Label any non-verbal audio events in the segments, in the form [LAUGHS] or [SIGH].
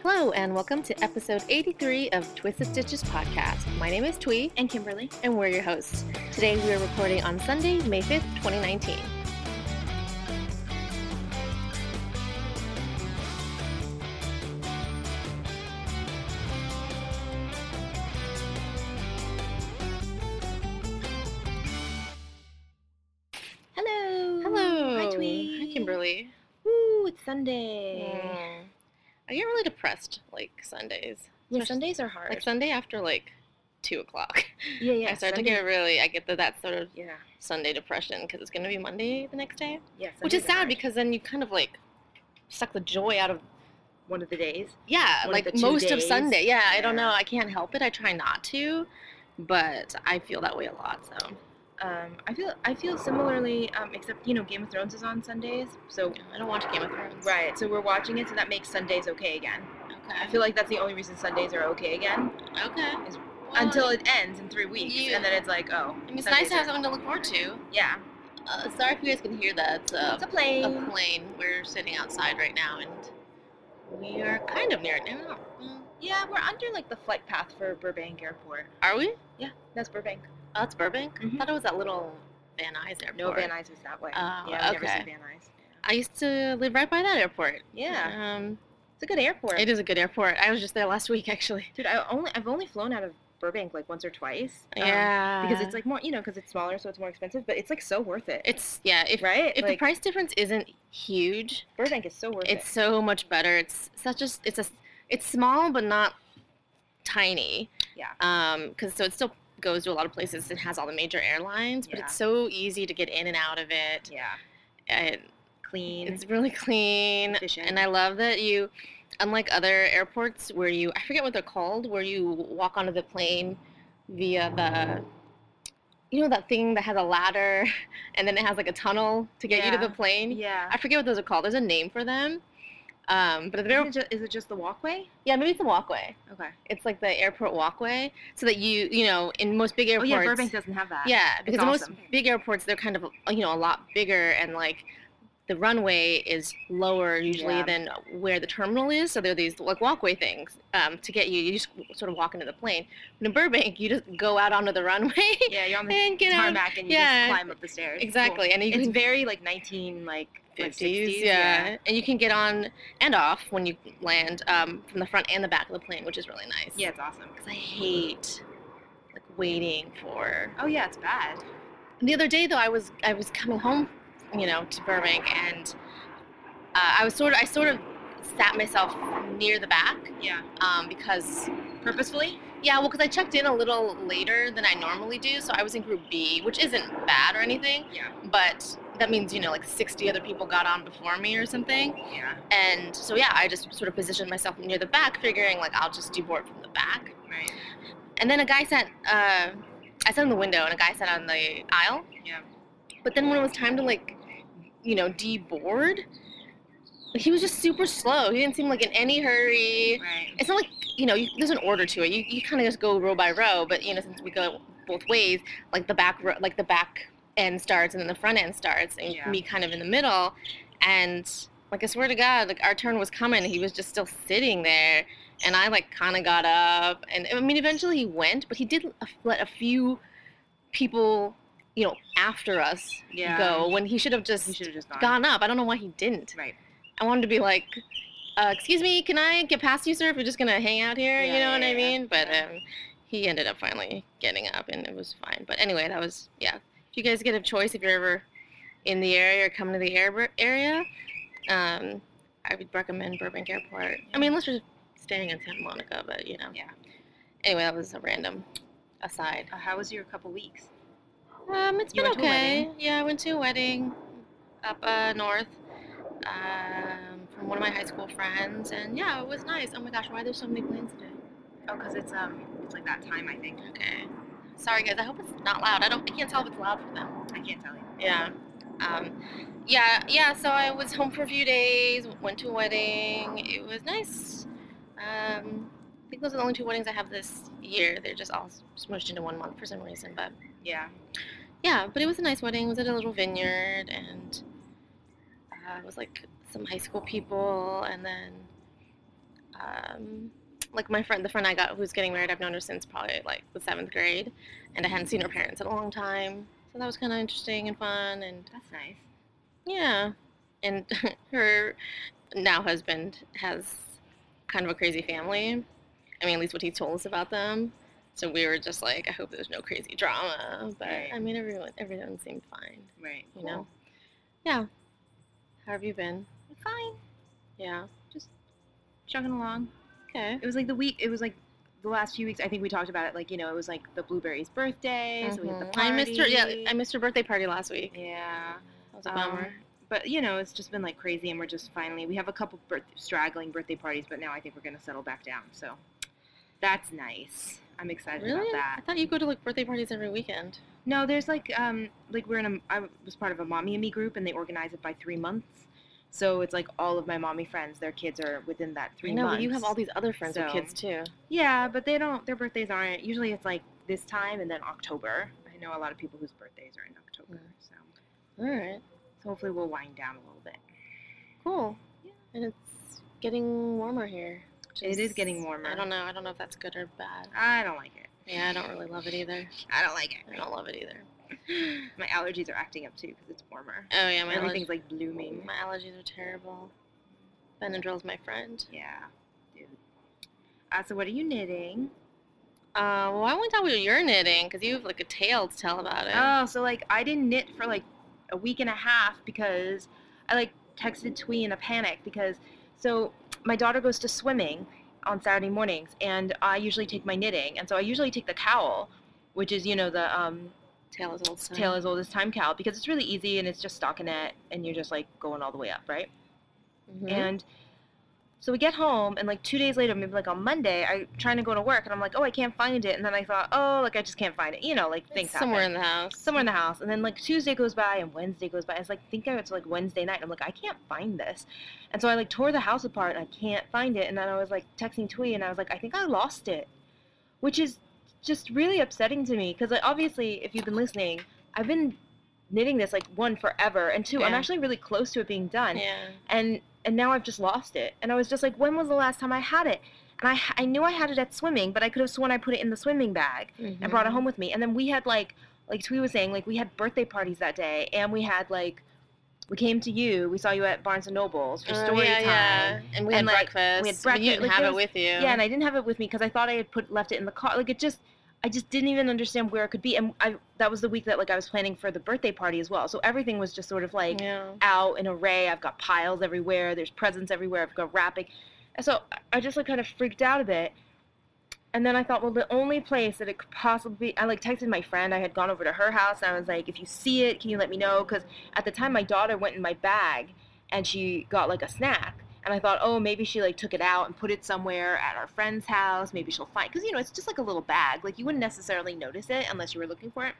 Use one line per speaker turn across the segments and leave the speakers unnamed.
Hello, and welcome to episode 83 of Twisted Stitches podcast. My name is Twee,
and Kimberly.
and we're your hosts. Today, we are recording on Sunday, May 5th, 2019.
Hello.
Hello.
Hi, Twee.
Hi, Kimberly.
Woo, it's Sunday.
Mm. I get really depressed like Sundays.
Yeah,
especially-
Sundays are hard.
Like Sunday after like 2 o'clock.
yeah, yeah.
I start
Sunday-
to get really, I get the, that sort of
Yeah,
Sunday depression because it's going to be Monday the next day,
yeah.
which is
Sundays are
sad
hard.
because then you kind of like suck the joy out of
one of the days.
yeah
One of the
like
two
most of
days.
sunday yeah, i don't
Yeah.
know i can't help it i try not to but i feel that way a lot so
Um, I feel I feel similarly. Um, except you know, Game of Thrones is on Sundays, so
i don't watch game of thrones
right. So we're watching it, so that makes Sundays okay again. I
okay
feel like that's the only reason Sundays are okay again
okay
Is-
Well,
until it ends in three weeks,
you-
and then it's like, oh,
I mean, it's nice
Sundays
to have
are-
something to look forward to
Yeah,
uh, sorry if you guys can hear that it's a,
it's a plane.
a plane we're sitting outside right now and we are kind of near it now Mm,
Yeah, we're under like the flight path for Burbank Airport.
are we
That's Burbank.
oh it's burbank i
Mhm.
thought it was that little van nuys airport
No, Van Nuys was that way.
Oh,
yeah, we never
okay.
see Van Nuys.
i used to live right by that airport
Yeah,
um
it's a good airport.
it is a good airport i was just there last week actually
Dude, I only I've only flown out of Burbank like once or twice.
Oh.
um,
yeah,
because it's like more, you know, because it's smaller, so it's more expensive. But it's like so worth it.
it's yeah. If
right?
if the
Like,
price difference isn't huge,
Burbank is so worth
it's
it.
so much better. It's such a s- it's a s- it's small but not tiny.
Yeah.
Um, because so it still goes to a lot of places. It has all the major airlines, but
Yeah.
it's so easy to get in and out of it.
Yeah,
And
clean,
it's really clean,
efficient.
and I love that you. Unlike other airports where you, I forget what they're called, where you walk onto the plane via the, you know, that thing that has a ladder [LAUGHS] and then it has like a tunnel to get you to
Yeah.
the plane.
yeah.
I forget what those are called. There's a name for them. Um, but at the
Is
air-
it, just, is it just the walkway?
yeah, maybe it's a walkway.
Okay.
It's like the airport walkway, so that you you know in most big airports.
Oh yeah, Burbank doesn't have that.
Yeah, because in
awesome.
most big airports they're kind of you know a lot bigger and like the runway is lower usually
Yeah.
than where the terminal is. So there are these like walkway things um, to get you. You just sort of walk into the plane. But in Burbank, you just go out onto the runway [LAUGHS]
Yeah, you're on the
and get out.
tarmac and you
yeah.
just climb up the stairs. Cool.
Exactly, and you
It's
can
very like 19 like like
50s, yeah. And you can get on and off when you land um, from the front and the back of the plane, which is really nice.
Yeah, it's awesome.
'Cause I hate like waiting for.
Oh yeah, it's bad.
The other day though, I was I was coming home, you know, to Burbank, and uh, I was sort of I sort of sat myself near the back
Yeah.
um, because
Purposefully?
yeah, well, because I checked in a little later than I normally do, so I was in Group B, which isn't bad or anything,
Yeah.
but that means you know like 60 other people got on before me or something.
Yeah.
And so yeah, I just sort of positioned myself near the back, figuring like I'll just do board from the back.
Right.
And then a guy sat, uh, I sat in the window, and a guy sat on the aisle.
Yeah.
But then when it was time to like, you know, deboard, he was just super slow. He didn't seem like in any hurry.
Right.
It's not like you know, you, there's an order to it. You you kind of just go row by row, but you know, since we go both ways, like the back row, like the back end starts and then the front end starts, and
Yeah.
me kind of in the middle, and like I swear to God, like our turn was coming, he was just still sitting there, and I like kind of got up, and I mean, eventually he went, but he did a- let a few people, you know, after us
Yeah.
go when he should have just
You should have just gone.
gone up. I don't know why he didn't.
Right.
I wanted to be like, uh, excuse me, can I get past you, sir? If you're just gonna hang out here, you
Yeah,
know what
yeah,
I
yeah.
mean. But
Yeah.
um, he ended up finally getting up, and it was fine. But anyway, that was yeah. If you guys get a choice, if you're ever in the area or coming to the air- area, um, I would recommend Burbank Airport. I mean, unless you're staying in Santa Monica, but you know.
Yeah.
Anyway, that was a random aside.
Uh, how was your couple weeks?
Um, it's
You
been
went to a
okay. yeah, I went to a wedding up uh, north um, from one of my high school friends, and yeah, it was nice. Oh my gosh, why are there so many planes today?
Oh, cause it's um, it's like that time I think.
Okay, sorry guys. I hope it's not loud. I don't. I can't tell if it's loud for them.
I can't tell you.
Yeah. Um, yeah, yeah. So I was home for a few days. Went to a wedding. It was nice. Um, I think those are the only two weddings I have this year. They're just all smushed into one month for some reason, but.
Yeah.
Yeah, but it was a nice wedding. It was at a little vineyard, and uh, it was like some high school people, and then um, like my friend, the friend I got who's getting married, I've known her since probably like the seventh grade, and I hadn't seen her parents in a long time. So that was kind of interesting and fun, and
That's nice.
yeah, and [LAUGHS] her now husband has kind of a crazy family. I mean, at least what he told us about them. So we were just like, I hope there's no crazy drama. But
Right.
I mean, everyone everyone seemed fine.
Right.
You know? Yeah. How have you been?
Cool. Fine.
Yeah.
Chugging along.
Okay.
It was like the week. It was like the last few weeks. I think we talked about it. Like you know, it was like the blueberry's birthday. So we had the
Mhm. I
party.
missed her. Yeah, I missed her birthday party last week.
yeah.
That was a
Um,
bummer.
But you know, it's just been like crazy, and we're just finally we have a couple birth- straggling birthday parties, but now I think we're gonna settle back down. So that's nice. I'm excited
really?
about that.
I thought you go to like birthday parties every weekend.
No, there's like um like we're in a I was part of a mommy and me group, and they organize it by three months. So it's like all of my mommy friends, their kids are within that three
I know,
months.
but you have all these other friends with
so-
kids too.
Yeah, but they don't. Their birthdays aren't. Usually it's like this time and then October. I know a lot of people whose birthdays are in October.
Mm.
So,
All right.
so hopefully we'll wind down a little bit.
Cool.
Yeah.
And it's getting warmer here. which
It is getting warmer.
I don't know. I don't know if that's good or bad.
I don't like it.
Yeah, I don't really love it either.
I don't like
I don't love it either.
it. [LAUGHS] My allergies are acting up too because it's warmer.
Oh yeah, my
Everything's
allergies.
like blooming.
My allergies are terrible. Benadryl's my friend.
Yeah, dude. Uh, so what are you knitting?
Uh, well, I went out with your knitting because you have like a tale to tell about it.
Oh, so like I didn't knit for like a week and a half because I like texted Twee in a panic because so my daughter goes to swimming on Saturday mornings and I usually take my knitting and so I usually take the cowl, which is you know the um,
tale is old son.
tail as old as time cowl because it's really easy and it's just stockinette and you're just like going all the way up, right?
Mhm.
And so we get home, and like two days later, maybe like on Monday, I trying to go to work, and I'm like, oh, I can't find it. And then I thought, oh, like I just can't find it. You know, like
It's
things happen.
somewhere in the house.
somewhere in the house. And then like Tuesday goes by, and Wednesday goes by. It's like think it's like Wednesday night. and I'm like, I can't find this. And so I like tore the house apart, and I can't find it. And then I was like texting Twee, and I was like, I think I lost it, which is just really upsetting to me because like obviously, if you've been listening, I've been knitting this like one forever, and two, I'm
Yeah.
actually really close to it being done
Yeah.
and and now I've just lost it. And I was just like, when was the last time I had it? And I I knew I had it at swimming, but I could have sworn I put it in the swimming bag and brought
Mm-hmm.
it home with me. And then we had like like Twee was saying, like we had birthday parties that day, and we had like we came to you, we saw you at Barnes and Nobles for
Oh,
story
yeah,
time.
yeah. And we
And,
had
like,
breakfast.
we
but
had
You
breakfast,
didn't
like,
have
there
it
was-
with you.
Yeah, and I didn't have it with me because I thought I had put left it in the car. Like it just, I just didn't even understand where it could be. And I that was the week that like I was planning for the birthday party as well. So everything was just sort of like
yeah.
out in array. I've got piles everywhere. There's presents everywhere. I've got wrapping. And so I- I just like kind of freaked out a bit. And then I thought, well, the only place that it could possibly I like texted my friend. I had gone over to her house and I was like, if you see it, can you let me know? Because at the time, my daughter went in my bag and she got like a snack. And I thought, oh, maybe she like took it out and put it somewhere at our friend's house. Maybe she'll find because you know it's just like a little bag. Like you wouldn't necessarily notice it unless you were looking for it.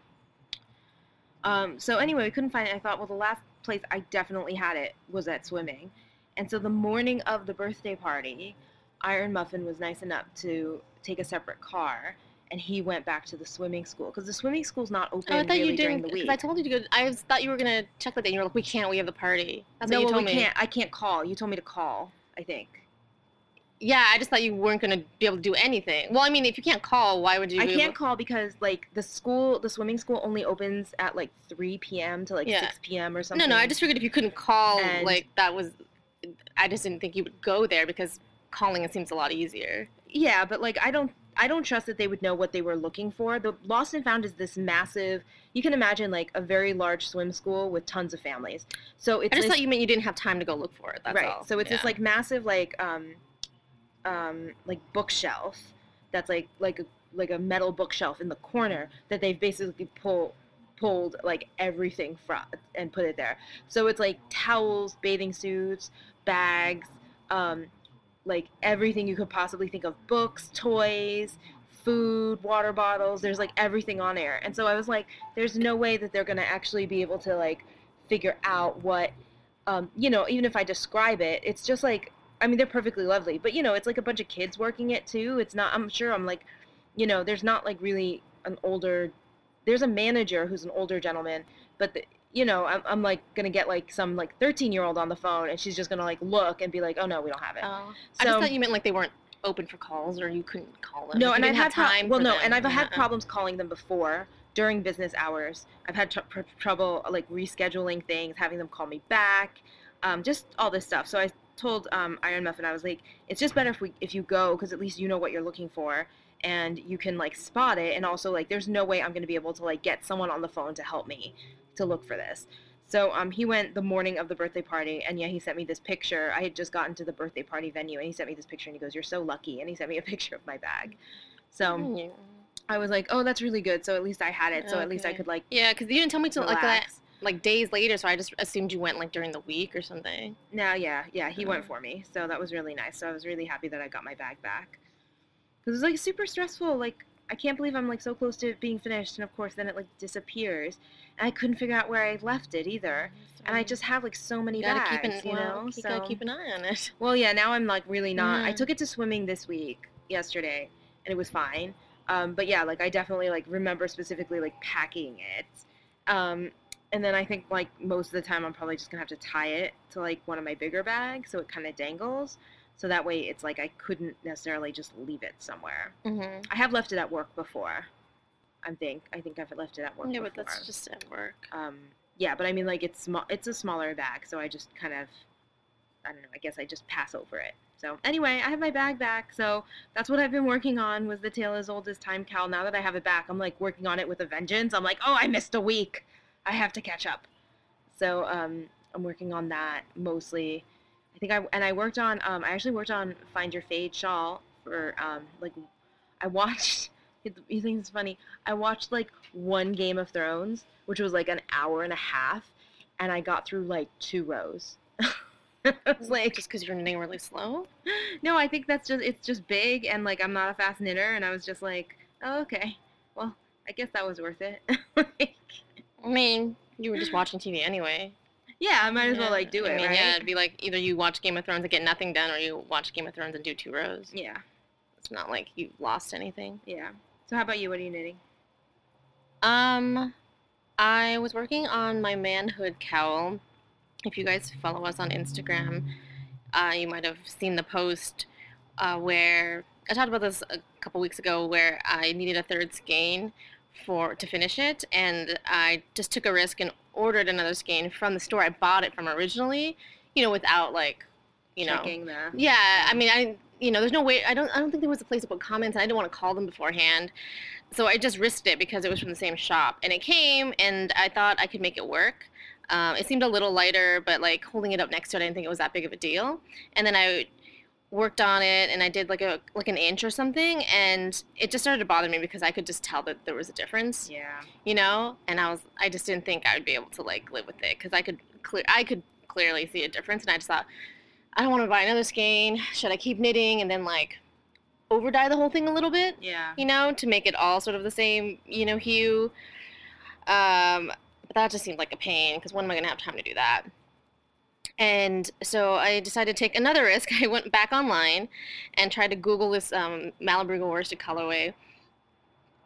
Um, so anyway, we couldn't find it. I thought, well, the last place I definitely had it was at swimming. And so the morning of the birthday party, Iron Muffin was nice enough to take a separate car, and he went back to the swimming school because the swimming school's not open
Oh, I thought
really
you
during
didn't.
the
Because
week.
I told you to go. I was, thought you were gonna check with it. and You were like, "We can't. We have the party." That's
no,
what you
well,
told
we
me.
can't. I can't call. You told me to call. I think
Yeah, I just thought you weren't gonna be able to do anything. Well, I mean, if you can't call, why would you?
I
be
can't
able-
call because like the school, the swimming school only opens at like 3 p.m. to like
Yeah.
6 p.m. or something.
No, no. I just figured if you couldn't call,
And-
like that was. I just didn't think you would go there because calling it seems a lot easier.
Yeah, but like I don't I don't trust that they would know what they were looking for. The Lost and Found is this massive you can imagine like a very large swim school with tons of families. So it's
I just
this-
thought you meant you didn't have time to go look for it. That's
right.
all.
So it's this
Yeah.
like massive like um um like bookshelf that's like like a like a metal bookshelf in the corner that they've basically pull pulled like everything from and put it there. So it's like towels, bathing suits, bags, um like everything you could possibly think of, books, toys, food, water bottles, there's like everything on there. And so I was like there's no way that they're going to actually be able to like figure out what um, you know, even if I describe it, it's just like I mean, they're perfectly lovely, but you know, it's like a bunch of kids working it too. It's not I'm sure I'm like, you know, there's not like really an older there's a manager who's an older gentleman, but the, you know, I'm, I'm like gonna get like some like 13 year old on the phone, and she's just gonna like look and be like, oh no, we don't have it.
Oh. I just thought you meant like they weren't open for calls or you couldn't call them.
no,
Like,
and
you
I've
didn't
had
have
pro-
time.
well,
for
no,
them.
and I've had
Uh-uh.
problems calling them before during business hours. I've had tr- pr- trouble like rescheduling things, having them call me back, um, just all this stuff. So I told um, Iron Muffin, I was like, it's just better if we if you go because at least you know what you're looking for and you can like spot it. And also like, there's no way I'm gonna be able to like get someone on the phone to help me to look for this. So um, he went the morning of the birthday party, and yeah, he sent me this picture. I had just gotten to the birthday party venue, and he sent me this picture, and he goes, "You're so lucky," and he sent me a [LAUGHS] picture of my bag. So
Yeah.
I was like, oh, that's really good. So at least I had it. So at least I
Okay.
could like
Yeah, because you didn't tell me till like that,
relax.
like days later, so I just assumed you went like during the week or something.
Now, yeah, yeah, he went
Mhm.
for me. So that was really nice. So I was really happy that I got my bag back. Because it was like super stressful. Like I can't believe I'm like so close to it being finished, and of course then it like disappears, and I couldn't figure out where I left it either. And I just have like so many
Mm-hmm. you Mm. gotta
bags,
keep an
you
well,
know.
you
so
gotta keep an eye on
[LAUGHS]
it.
Well, yeah, now I'm like really not. I
Mhm.
took it to swimming this week, yesterday, and it was fine. Um, but yeah, like I definitely like remember specifically like packing it. Um, and then I think like most of the time I'm probably just gonna have to tie it to like one of my bigger bags so it kind of dangles. So that way it's like I couldn't necessarily just leave it somewhere.
Mm-hmm.
I have left it at work before. I think I think I've left it at work.
Yeah,
before
but that's just at work.
um yeah but i mean like it's small it's a smaller bag so i just kind of i don't know i guess i just pass over it so anyway i have my bag back so that's what i've been working on was the tale as old as time cal now that i have it back i'm like working on it with a vengeance i'm like oh i missed a week i have to catch up so um i'm working on that mostly i think i and i worked on um i actually worked on find your fade shawl for um like i watched [LAUGHS] you think it's funny I watched like one Game of Thrones, which was like an hour and a half, and I got through like two rows. [LAUGHS] it's like
just because you're running really slow.
no, I think that's just it's just big and like I'm not a fast knitter, and I was just like, oh, okay, well, I guess that was worth it. [LAUGHS] Like,
I mean, you were
[GASPS]
just watching TV anyway.
yeah, I might as
Yeah,
well like do it,
I mean,
right?
Yeah, it'd be like either you watch Game of Thrones and get nothing done, or you watch Game of Thrones and do two rows.
yeah,
It's not like you lost anything.
yeah. So how about you? What are you knitting?
Um, I was working on my manhood cowl. If you guys follow us on Instagram, uh, you might have seen the post uh, where I talked about this a couple weeks ago, where I needed a third skein for to finish it, and I just took a risk and ordered another skein from the store I bought it from originally. You know, without like, you know,
Checking the
yeah, I mean, I you know, there's no way. I don't. I don't think there was a place to put comments. and I didn't want to call them beforehand, so I just risked it because it was from the same shop, and it came, and I thought I could make it work. Um, it seemed a little lighter, but like holding it up next to it, I didn't think it was that big of a deal. And then I worked on it, and I did like a like an inch or something, and it just started to bother me because I could just tell that there was a difference
yeah.
you know and i was i just didn't think i would be able to like live with it because i could clear i could clearly see a difference and i just thought i don't want to buy another skein should i keep knitting and then like over dye the whole thing a little bit
Yeah.
you know to make it all sort of the same you know hue um but that just seemed like a pain because when am i going to have time to do that and so i decided to take another [LAUGHS] risk i went back online and tried to google this um, malibu worsted colorway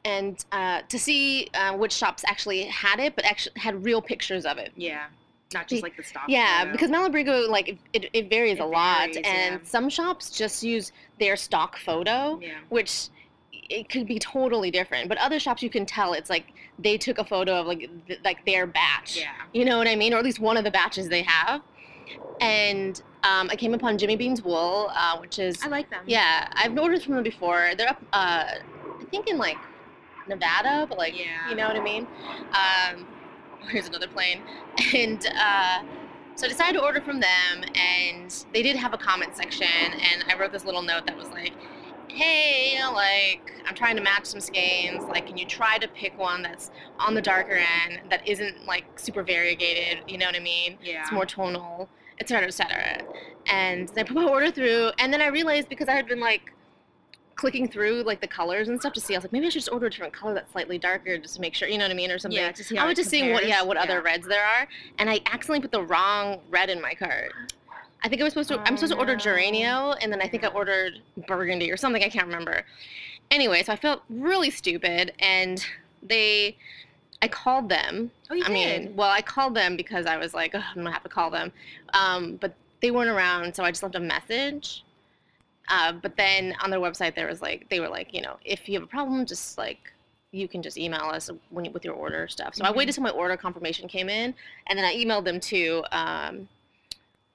and uh, to see uh, which shops actually had it, but actually had real pictures of it.
Yeah. Not
Be-
just like the stock.
Yeah,
photo.
because Malabrigo like it, it varies
It
a lot,
varies,
and
yeah.
some shops just use their stock photo,
yeah.
which it could be totally different. But other shops you can tell it's like they took a photo of like th- like their batch.
Yeah.
You know what I mean? Or at least one of the batches they have. And um, I came upon Jimmy Bean's wool, uh, which is
I like them.
yeah, I've ordered from them before. They're up, uh, I think in like Nevada, but like
Yeah.
you know what I mean. Um, [LAUGHS] here's another plane, [LAUGHS] and uh, so I decided to order from them, and they did have a comment section, and I wrote this little note that was like. Hey, like I'm trying to match some skeins. Like, can you try to pick one that's on the darker end that isn't like super variegated? You know what I mean?
Yeah.
it's more tonal, et cetera, et cetera. And then I put my order through, and then I realized because I had been like clicking through like the colors and stuff to see, I was like, maybe I should just order a different color that's slightly darker just to make sure, you know what I mean, or something.
Yeah. To see how
I was
it
just seeing what,
compares.
yeah, what other reds there are, and I accidentally put the wrong red in my cart. I think I was supposed to.
Oh,
I'm supposed to order
no.
geranio, and then I think I ordered burgundy or something. I can't remember. Anyway, so I felt really stupid, and they I called them.
Oh, you
I mean, well, I called them because I was like, "Ugh, I'm gonna have to call them, um, but they weren't around, so I just left a message. Uh, but then on their website, there was like, they were like, you know, if you have a problem, just like you can just email us when you, with your order stuff. So I
Mhm.
waited till my order confirmation came in, and then I emailed them to. Um,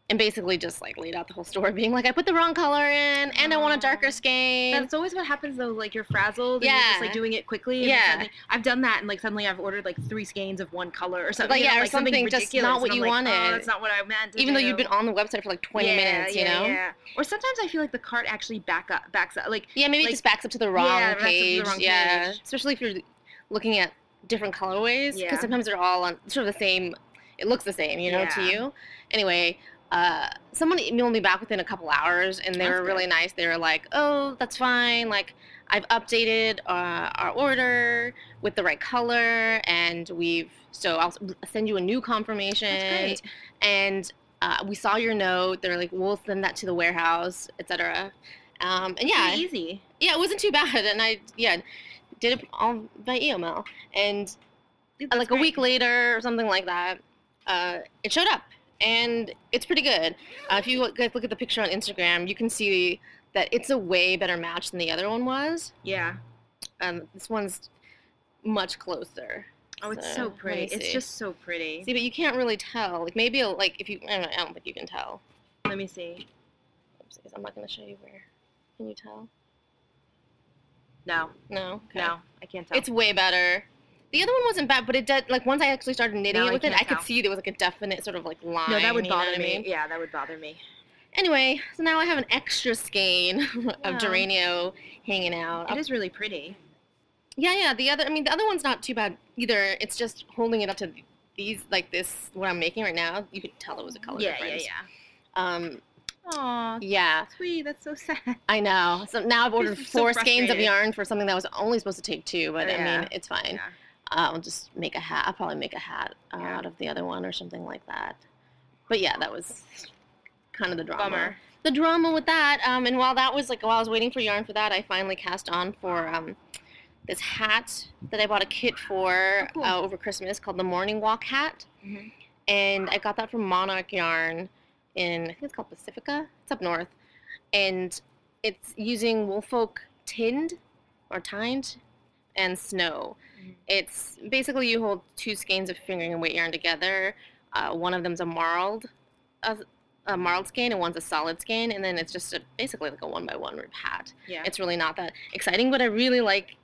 and basically just like laid out the whole story [LAUGHS] being like i put the wrong color in and i want a
Aw.
darker skin
That's always what happens though. Like you're frazzled, and you're just like
Yeah.
doing it quickly. and then
Yeah.
suddenly- I've done that, and like suddenly I've ordered like three skeins of one color or something.
Like,
you know,
yeah, or
like, something,
something
ridiculous.
just not what
and I'm
you
like, Oh,
wanted.
that's not what I meant. to
even though
do."
you've been on the website for like 20
Yeah,
minutes, you
yeah,
know? Yeah,
Yeah. Or sometimes I feel like the cart actually back up, backs up. Like
maybe
Like-
it just backs up to the
Yeah,
wrong
backs up to the
page.
wrong
yeah,
page.
especially if you're looking at different colorways, because
Yeah.
sometimes they're all on sort of the same. It looks the same, you know, to
Yeah.
you. Anyway, uh, someone emailed me back within a couple hours, and they
That's
were really nice. They were like, "Oh, that's fine. Like, I've updated uh, our order with the right color, and we've so I'll s- send you a new confirmation."
that's great.
and uh, we saw your note. They're like, we'll send that to the warehouse, etc. Um, and yeah,
Pretty easy.
yeah, it wasn't too bad. And I yeah did it all by email. And
Dude,
uh,
that's
like
great.
a week later or something like that, uh, it showed up, and it's pretty good. Uh, if you look, guys look at the picture on Instagram, you can see that it's a way better match than the other one was.
Yeah.
Um, this one's much closer.
Oh, it's
So,
so
let me
pretty. It's
see.
just so pretty.
See, but you can't really tell. Like maybe like if you I don't, know, I don't think you can tell.
Let me see.
Oopsies, I'm not going to show you where. Can you tell?
No,
No. Okay.
no, I can't tell.
It's way better. The other one wasn't bad, but it did. Like once I actually started knitting
No, I
it with it,
can't
I could
tell.
see there was like a definite sort of like line.
no, that would
you know what
bother
I
me.
mean?
Yeah, that would bother me.
Anyway, so now I have an extra skein [LAUGHS]
Yeah.
of Geranio hanging out.
It is really pretty.
Yeah, yeah. The other, I mean, the other one's not too bad either. It's just holding it up to these, like this, what I'm making right now. You could tell it was a color
Yeah, yeah,
difference.
yeah.
yeah. Um,
Aw,
yeah.
sweet. That's so sad.
I know. So now I've ordered
so
four skeins of
frustrated.
yarn for something that was only supposed to take two, but I
Yeah.
mean, it's fine.
Yeah.
I'll just make a hat. I'll probably make a hat uh,
Yeah.
out of the other one or something like that. But yeah, that was kind of the drama.
Bummer.
The drama with that. Um, and while that was like, while I was waiting for yarn for that, I finally cast on for um, this hat that I bought a kit for
Oh, cool.
uh, over Christmas called the Morning Walk hat.
Mhm.
And I got that from Monarch Yarn in, I think it's called Pacifica. It's up north. And it's using Woolfolk tinned or tined and snow.
Mhm.
It's basically you hold two skeins of fingering and weight yarn together. Uh, one of them's a marled, a, a marled skein, and one's a solid skein, and then it's just a, basically like a one by one ribbed hat.
Yeah.
It's really not that exciting, but I really like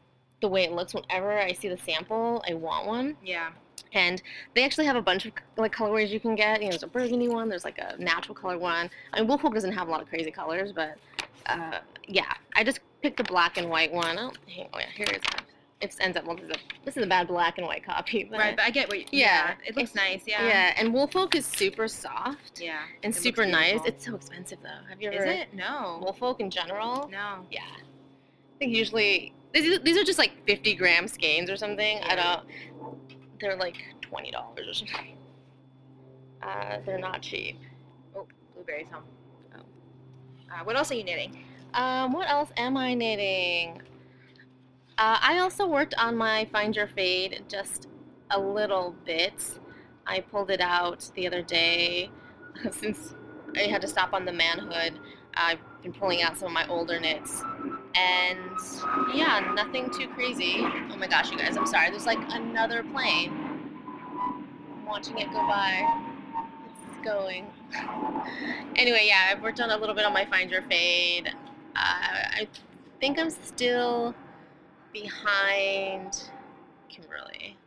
the way it looks. Whenever I see the sample, I want one.
yeah.
And they actually have a bunch of like colorways you can get. You know, there's a burgundy one. There's like a natural color one. I mean, Woolfolk doesn't have a lot of crazy colors, but uh, yeah, I just picked the black and white one. Oh, hang, oh yeah, here it is. It ends up. Well, this is a, this is a bad black and white copy. But,
Right, but I get what. You, yeah,
Yeah.
it looks nice. Yeah.
yeah, and Woolfolk is super soft
Yeah.
and
it looks
super nice.
beautiful.
It's so expensive though. Have you
Is
ever?
it? No.
Woolfolk in general.
No.
Yeah, I think usually these these are just like 50 gram skeins or something. I
Yeah.
don't. They're like twenty dollars or something. Uh, they're not cheap.
Blueberries home.
Oh.
Uh, what else are you knitting?
Um, what else am I knitting? Uh, I also worked on my Find Your Fade just a little bit. I pulled it out the other day [LAUGHS] since I had to stop on the manhood. I've been pulling out some of my older knits. And yeah, nothing too crazy. Oh my gosh, you guys, I'm sorry. There's like another plane. I'm watching it go by. It's going. [LAUGHS] Anyway, yeah, I've worked on a little bit on my Find Your Fade. Uh, I think I'm still behind Kimberly.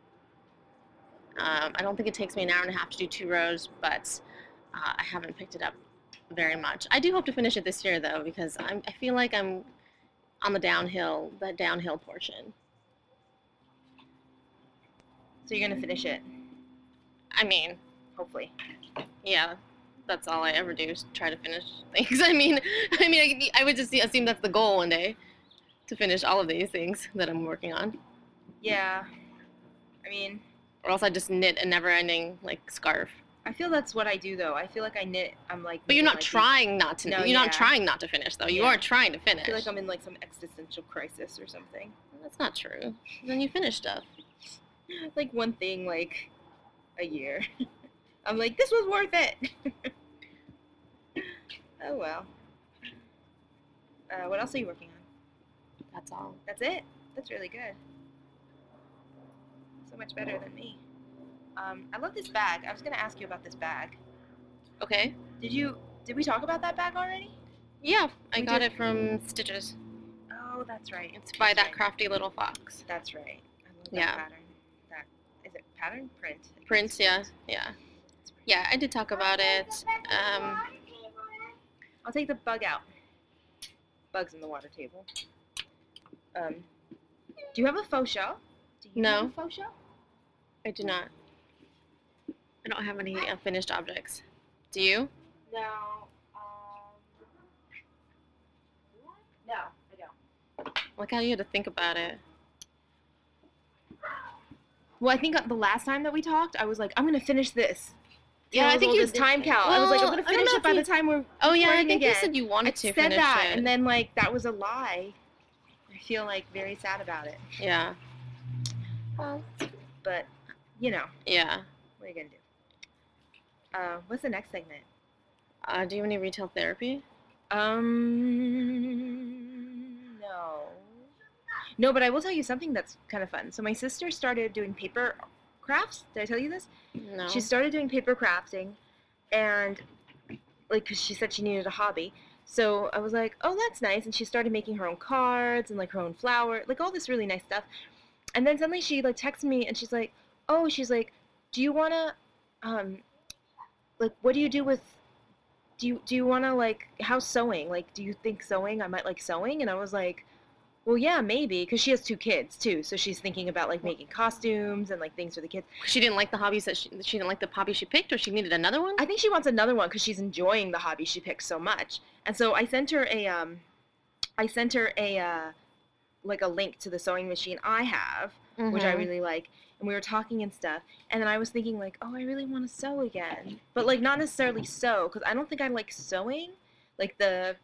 Um, I don't think it takes me an hour and a half to do two rows, but uh, I haven't picked it up very much. I do hope to finish it this year, though, because I'm, I feel like I'm on the downhill, that downhill portion.
So you're gonna finish it,
I mean,
hopefully.
yeah, that's all I ever do is try to finish [LAUGHS] things. I mean, I mean, I, I would just assume that's the goal one day to finish all of these things that I'm working on.
Yeah. I mean,
or else I just knit a never-ending like scarf.
I feel that's what I do though. I feel like I knit. I'm like.
But you're
knitting,
not
like, these-
trying not to.
No,
you're
yeah.
not trying not to finish though. You
Yeah.
are trying to finish.
I feel like I'm in like some existential crisis or something. [LAUGHS]
That's not true. Then you finish stuff.
like one thing like a year. [LAUGHS] I'm like, this was worth it. [LAUGHS] oh well. Uh, what else are you working on?
That's all.
That's it. That's really good. So much better than me. Um, I love this bag. I was gonna ask you about this bag.
Okay.
Did you? Did we talk about that bag already?
Yeah, I
We
got
did-
it from Stitches.
Oh, that's right.
It's by that
PJ.
crafty little fox.
That's right. I love that
Yeah.
pattern. That is it. Pattern print. I guess.
Prince, yeah, yeah,
It's print.
yeah. I did talk about it. Um,
I'll take the bug out. Bugs in the water table. Um, do you have a faux shell? Do you
No.
Have a faux shell?
I do not. I don't have any unfinished objects. Do you?
No. Um, no, I don't.
Like how you had to think about it.
Well, I think uh, the last time that we talked, I was like, I'm gonna finish this.
Yeah, I
Terrible,
think you
this
did-
time count. I was like, I'm
Well,
gonna
I don't
finish
know
it
if
by
you-
the time we're.
Oh yeah, I
recording
think you
again.
said you wanted
I
to
said
finish
that,
it.
and then like that was a lie. I feel like very sad about it,
yeah,
but you know,
yeah.
what are you gonna do? Uh, what's the next segment?
Uh, do you have any retail therapy?
Um, no. No, but I will tell you something that's kind of fun. So my sister started doing paper crafts. Did I tell you this?
No.
She started doing paper crafting, and like, 'cause she said she needed a hobby. So I was like, oh, that's nice. And she started making her own cards and like her own flower, like all this really nice stuff. And then suddenly she like texts me and she's like, oh, she's like, do you wanna, um, like, what do you do with, do you do you wanna like, how's sewing? Like, do you think sewing? I might like sewing. And I was like. Well, yeah, maybe, because she has two kids too, so she's thinking about like making costumes and like things for the kids.
she didn't like the hobbies that she, she didn't like the hobby she picked, or she needed another one.
I think she wants another one because she's enjoying the hobby she picked so much. And so I sent her a um, I sent her a uh, like a link to the sewing machine I have, which I
Mhm.
really like. And we were talking and stuff. And then I was thinking like, oh, I really want to sew again, but like not necessarily sew because I don't think I like sewing. Like the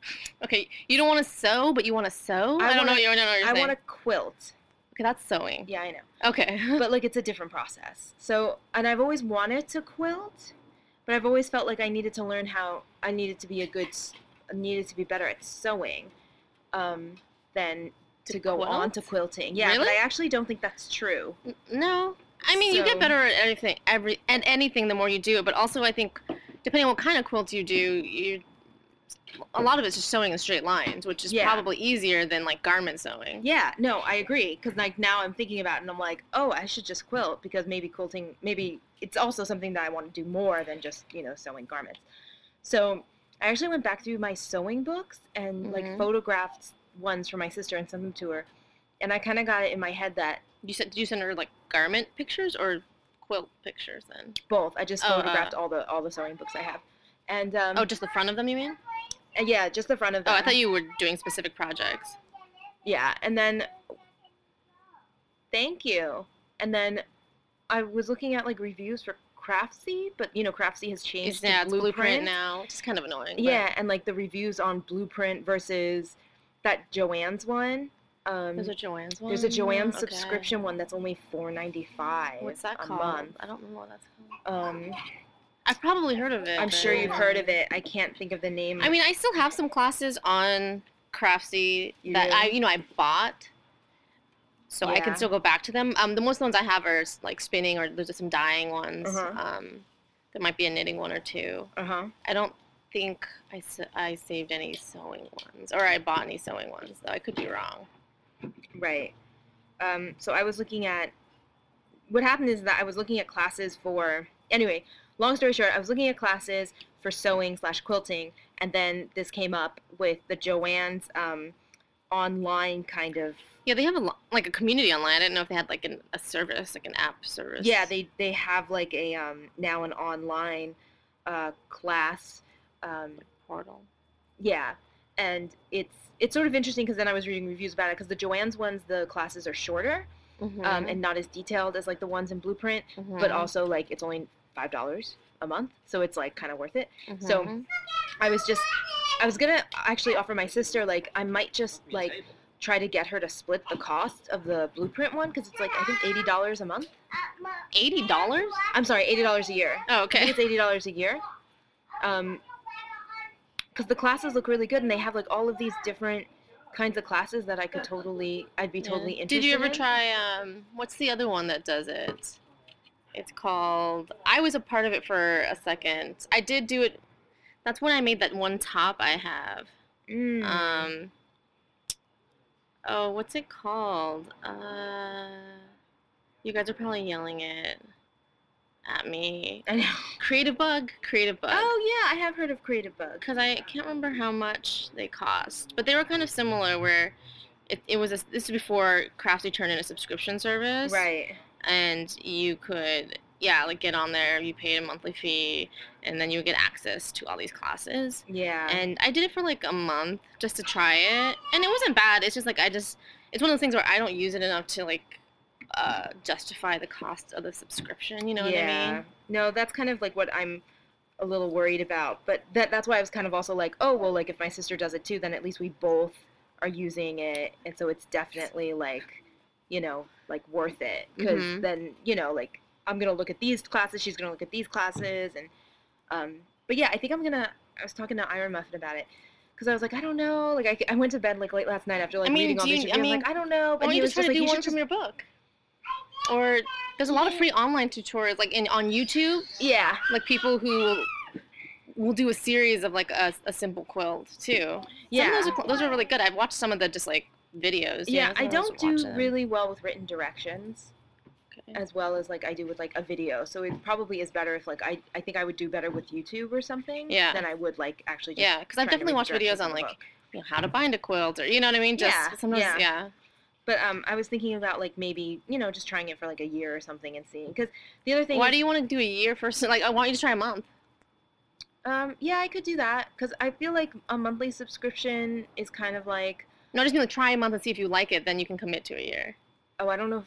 okay. You don't want to sew, but you want to sew.
I
I, don't know.
wanna-
You don't know what you're
I
saying.
want to quilt.
Okay, that's sewing.
Yeah, I know.
Okay. [LAUGHS]
but like it's a different process. So, and I've always wanted to quilt, but I've always felt like I needed to learn how I needed to be a good, s- needed to be better at sewing, um, than to,
To
go on
quilt?
to quilting. Yeah, but
Really?
I actually don't think that's true.
No, I mean you
So-
get better at everything, every at anything the more you do it. But also, I think depending on what kind of quilt you do, you a lot of it's just sewing in straight lines, which is
Yeah.
probably easier than like garment sewing.
Yeah, no, I agree. Because like now I'm thinking about it, and I'm like, oh, I should just quilt because maybe quilting, maybe it's also something that I want to do more than just you know sewing garments. So I actually went back through my sewing books and like
Mhm.
photographed ones for my sister and sent them to her, and I kind of got it in my head that
You said did you send her like garment pictures or quilt pictures then?
both. I just
Oh, uh.
photographed all the all the sewing books I have, and um,
Oh, just the front of them, you mean?
uh, yeah, just the front of them.
Oh, I thought you were doing specific projects.
Yeah, and then thank you. And then I was looking at like reviews for Craftsy, but you know Craftsy has changed
It's,
to
yeah, it's blueprint.
Blueprint
now, which is kind of annoying. but-
Yeah, and like the reviews on Blueprint versus that Joanne's one. Um,
there's a Joanne's one.
there's a Joanne
Okay.
subscription one that's only four ninety five
What's that
a
called?
month.
I don't remember what that's called.
Um,
I've probably heard of it.
I'm
but-
sure you've heard of it. I can't think of the name.
I mean, I still have some classes on Craftsy
You
that
do?
I, you know, I bought, so I
Yeah.
can still go back to them. Um, the most ones I have are s- like spinning or there's some dyeing ones.
Uh-huh.
Um, there might be a knitting one or two.
uh huh.
I don't think I, s- I saved any sewing ones or I bought any sewing ones though. I could be wrong.
Right. Um, so I was looking at what happened is that I was looking at classes for anyway. Long story short, I was looking at classes for sewing slash quilting, and then this came up with the Joanne's um, online kind of.
Yeah, they have a lo- like a community online. I didn't know if they had like an, a service, like an app service.
Yeah, they they have like a um, now an online uh, class. Um,
portal.
Yeah, and it's it's sort of interesting because then I was reading reviews about it because the Joanne's ones the classes are shorter
Mm-hmm.
um, and not as detailed as like the ones in Blueprint. but also like it's only five dollars a month, so it's like kind of worth it. so-
Mm-hmm.
I was just, I was gonna actually offer my sister like I might just like try to get her to split the cost of the blueprint one because it's like I think eighty dollars a month.
Eighty dollars?
I'm sorry, eighty dollars a year.
Oh,
I
okay.
think it's eighty dollars a year. Um, because the classes look really good and they have like all of these different kinds of classes that I could totally, I'd be
Yeah.
totally interested.
Did you ever
in.
try um what's the other one that does it? It's called I was a part of it for a second. I did do it that's when I made that one top I have.
Mm.
Um Oh, what's it called? Uh You guys are probably yelling it at me.
I know.
Creative bug, creative bug.
Oh yeah, I have heard of Creative Bug.
because I can't remember how much they cost, but they were kind of similar. Where it, it was a, this is before Crafty turned in a subscription service,
Right.
And you could yeah like get on there. You paid a monthly fee, and then you would get access to all these classes.
Yeah.
And I did it for like a month just to try it, and it wasn't bad. It's just like I just it's one of those things where I don't use it enough to like uh, justify the cost of the subscription. You know what I mean?
No, that's kind of like what I'm a little worried about. But that that's why I was kind of also like, oh well, like if my sister does it too, then at least we both are using it, and so it's definitely like, you know, like worth it because
Mhm.
then you know like I'm gonna look at these classes, she's gonna look at these classes, and um, but yeah, I think I'm gonna. I was talking to Iron Muffin about it. Cause I was like, I don't know. Like, I, I went to bed like late last night after like
mean,
reading all
do
these
you- I
reviews. I
mean,
am like, I don't know. But
Or
he
you
was
just try
just
to do
like, you
one
should
from
just,
your book. Or there's a lot of free online tutorials, like in on YouTube,
yeah,
like people who will, will do a series of like a, a simple quilt too.
yeah.
Some of those are, cl- those are really good. I've watched some of the just like videos. you
yeah
know,
i
some of those
don't do
watch them.
really well with written directions
Okay.
as well as like i do with like a video so it probably is better if like i i think i would do better with youtube or something
Yeah.
than i would like actually just
Yeah, because I've
trying to
definitely
read
watched
the
videos
directions
on
in the
like
book.
you know, how to bind a quilt or you know what I mean. Just
Yeah,
sometimes,
yeah.
yeah.
but um i was thinking about like maybe you know just trying it for like a year or something and seeing because the other thing
Why
is,
do you want to do a year first? Like I want you to try a month.
um yeah i could do that because i feel like a monthly subscription is kind of like
No, I just mean like try a month and see if you like it. Then you can commit to a year.
oh i don't know if,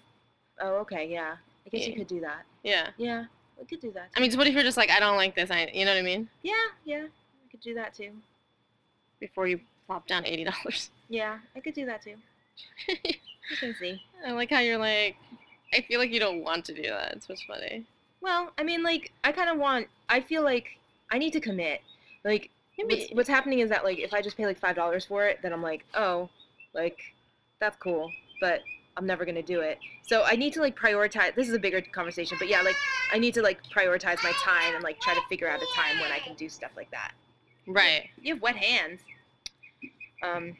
oh okay yeah i guess you
Yeah.
could do that
Yeah.
yeah we could do that
I mean, 'cause what if you're just like I don't like this? I you know what I mean?
yeah yeah we could do that too
Before you plop down eighty dollars. [LAUGHS]
yeah i could do that too i can see
I like how you're like, I feel like you don't want to do that. It's what's funny.
Well, I mean, like, I kind of want. I feel like I need to commit. Like,
Yeah, but-
what's, what's happening is that like, if I just pay like five dollars for it, then I'm like, oh, like, that's cool, but I'm never gonna do it. So I need to like prioritize. This is a bigger conversation, but yeah, like, I need to like prioritize my time and like try to figure out a time when I can do stuff like that.
Right.
You have wet hands. Um,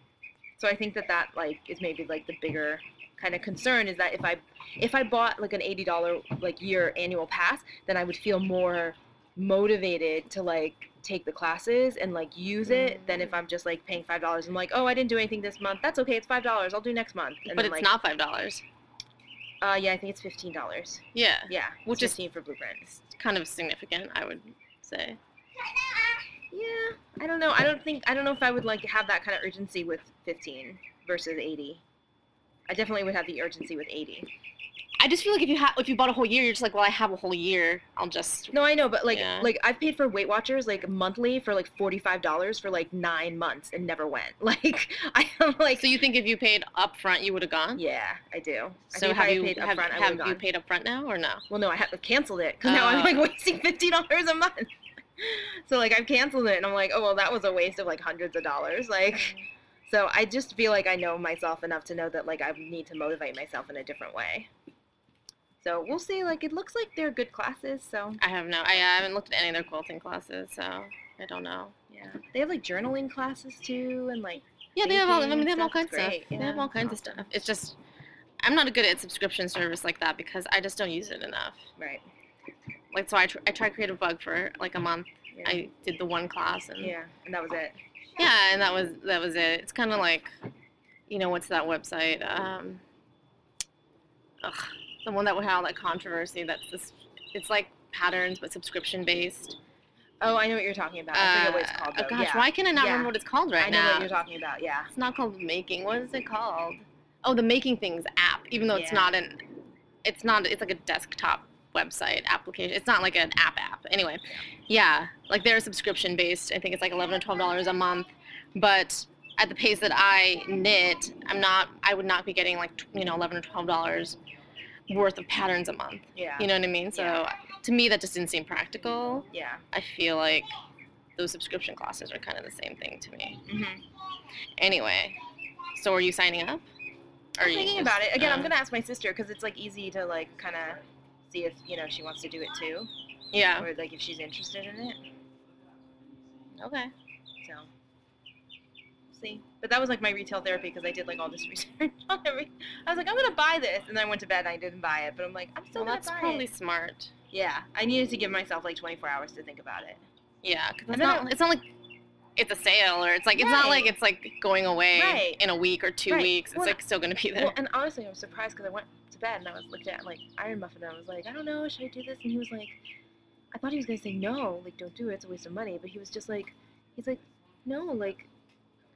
so I think that that like is maybe like the bigger kind of concern is that if I if I bought like an eighty dollar like year annual pass, then I would feel more motivated to like take the classes and like use it than if I'm just like paying five dollars. I'm like, oh, I didn't do anything this month. That's okay. It's five dollars. I'll do next month. And
but
then,
it's
like,
not five dollars.
Uh, yeah, I think it's fifteen dollars.
Yeah.
Yeah,
Which
which
is-
is fifteen for blueprints.
It's kind of significant, I would say.
Yeah, I don't know. I don't think I don't know if I would like have that kind of urgency with 15 versus 80. I definitely would have the urgency with 80.
I just feel like if you ha- if you bought a whole year, you're just like, well, I have a whole year. I'll just.
No, I know, but like
Yeah.
like I've paid for Weight Watchers like monthly for like $45 for like 9 months and never went. [LAUGHS] Like I am like
So you think if you paid up front, you would have gone?
yeah, I do.
So
I think if
have
I
you
paid
have,
upfront, I
have
would've
you
gone.
paid up front now or no?
Well, no, I have canceled it because now I'm
Oh.
like wasting fifty dollars a month. [LAUGHS] so like I've canceled it, and I'm like, oh well, that was a waste of like hundreds of dollars. Like,
Mm.
so I just feel like I know myself enough to know that like I need to motivate myself in a different way. So we'll see. Like it looks like they're good classes. So
I have no. I, I haven't looked at any of their quilting classes, so I don't know.
yeah, they have like journaling classes too, and like
Yeah, they have all. I mean,
Baking
they have all
stuff's
kinds of stuff.
great,
They have
yeah.
all kinds of stuff. It's just, I'm not good at subscription service like that because I just don't use it enough.
right.
Like so, I tr- I tried Creative Bug for like a month.
Yeah.
I did the one class and yeah,
yeah, and that was it.
and that was that was it. It's kind of like, you know, what's that website? Um, ugh, the one that would have all that controversy. That's this. It's like patterns, but subscription based.
Oh, I know what you're talking about. I forget what it's
Uh,
called.
Oh
Though.
gosh,
yeah.
why can I not
Yeah.
remember what it's called right
I know
now?
what you're talking about. Yeah.
it's not called Making. What is it called? Oh, the Making Things app. Even though it's
Yeah.
not an, it's not. It's like a desktop website application. It's not like an app app. Anyway, yeah, like they're subscription based. I think it's like eleven or twelve dollars a month, but at the pace that I knit, I'm not. I would not be getting like tw- you know eleven or twelve dollars worth of patterns a month.
Yeah.
You know what I mean? So
Yeah.
to me, that just didn't seem practical.
yeah.
I feel like those subscription classes are kind of the same thing to me.
Mm-hmm.
Anyway, so are you signing up? Are
I'm
you
thinking
just-
about it again. I'm
uh,
gonna ask my sister because it's like easy to like kind of see if you know she wants to do it too,
Yeah.
or like if she's interested in it.
Okay.
So see, but that was like my retail therapy because I did like all this [LAUGHS] research on every. I was like, I'm gonna buy this, and then I went to bed and I didn't buy it, but I'm like, I'm still
Well,
gonna
that's
buy
probably
it.
smart.
Yeah, I needed to give myself like 24 hours to think about it.
Yeah, 'cause
And
it's
then
not.
it-
It's not like it's a sale or it's like it's not
Right.
like it's like going away
Right.
in a week or two
Right.
weeks. It's
Well,
like still gonna be there. [LAUGHS]
Well, and honestly, I'm surprised because I went to bed and I was looked at like Iron Muffin and I was like, I don't know, should I do this? And he was like, I thought he was gonna say no, like don't do it, it's a waste of money. But he was just like, he's like, no, like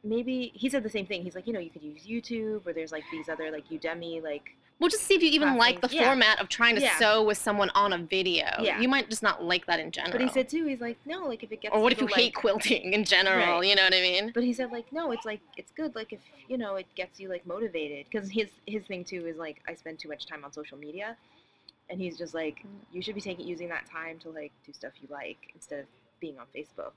maybe he said the same thing. He's like, you know, you could use YouTube or there's like these other like Udemy like
We'll just see if you even like the
Lessons, yeah.
format of trying to
Yeah.
sew with someone on a video.
Yeah.
You might just not like that in general.
But he said too, he's like, no, like if it gets
or what if
to,
you
like,
hate quilting in general?
Right.
You know what I mean?
But he said like no, it's like it's good like if you know it gets you like motivated because his his thing too is like I spend too much time on social media, and he's just like
Mm.
you should be taking using that time to like do stuff you like instead of being on Facebook,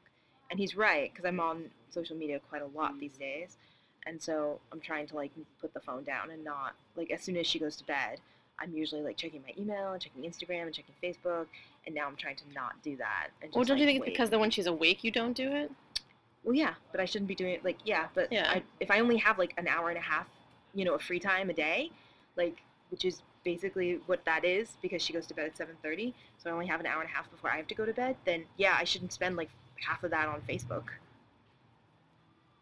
and he's right because I'm on social media quite a lot
Mm.
these days, and so I'm trying to like put the phone down and not like as soon as she goes to bed. I'm usually like checking my email and checking Instagram and checking Facebook, and now I'm trying to not do that. And just,
Well, don't you
like,
think it's
wait.
because then when she's awake, you don't do it?
Well, yeah, but I shouldn't be doing it. Like, yeah, but
Yeah.
I, if I only have like an hour and a half, you know, of free time a day, like, which is basically what that is, because she goes to bed at seven thirty, so I only have an hour and a half before I have to go to bed. Then, yeah, I shouldn't spend like half of that on Facebook.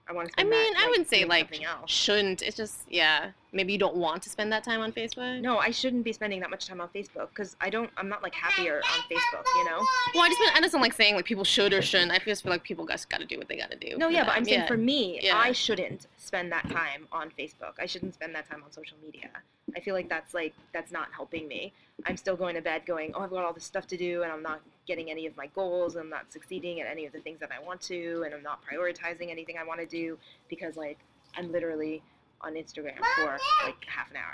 I want to.
I
Spend that,
mean, I
like,
wouldn't say
doing
like
something else.
shouldn't. It's just yeah, maybe you don't want to spend that time on Facebook.
No, I shouldn't be spending that much time on Facebook because I don't. I'm not like happier on Facebook, you know.
Well, I just mean, I just don't like saying like people should or shouldn't. I just feel like people just got to do what they got to do.
No,
for
yeah, but I'm
them.
saying
Yeah.
for me,
Yeah.
I shouldn't spend that time on Facebook. I shouldn't spend that time on social media. I feel like that's like that's not helping me. I'm still going to bed going, oh, I've got all this stuff to do, and I'm not getting any of my goals, and I'm not succeeding at any of the things that I want to, and I'm not prioritizing anything I want to do because like I'm literally on Instagram for like half an hour.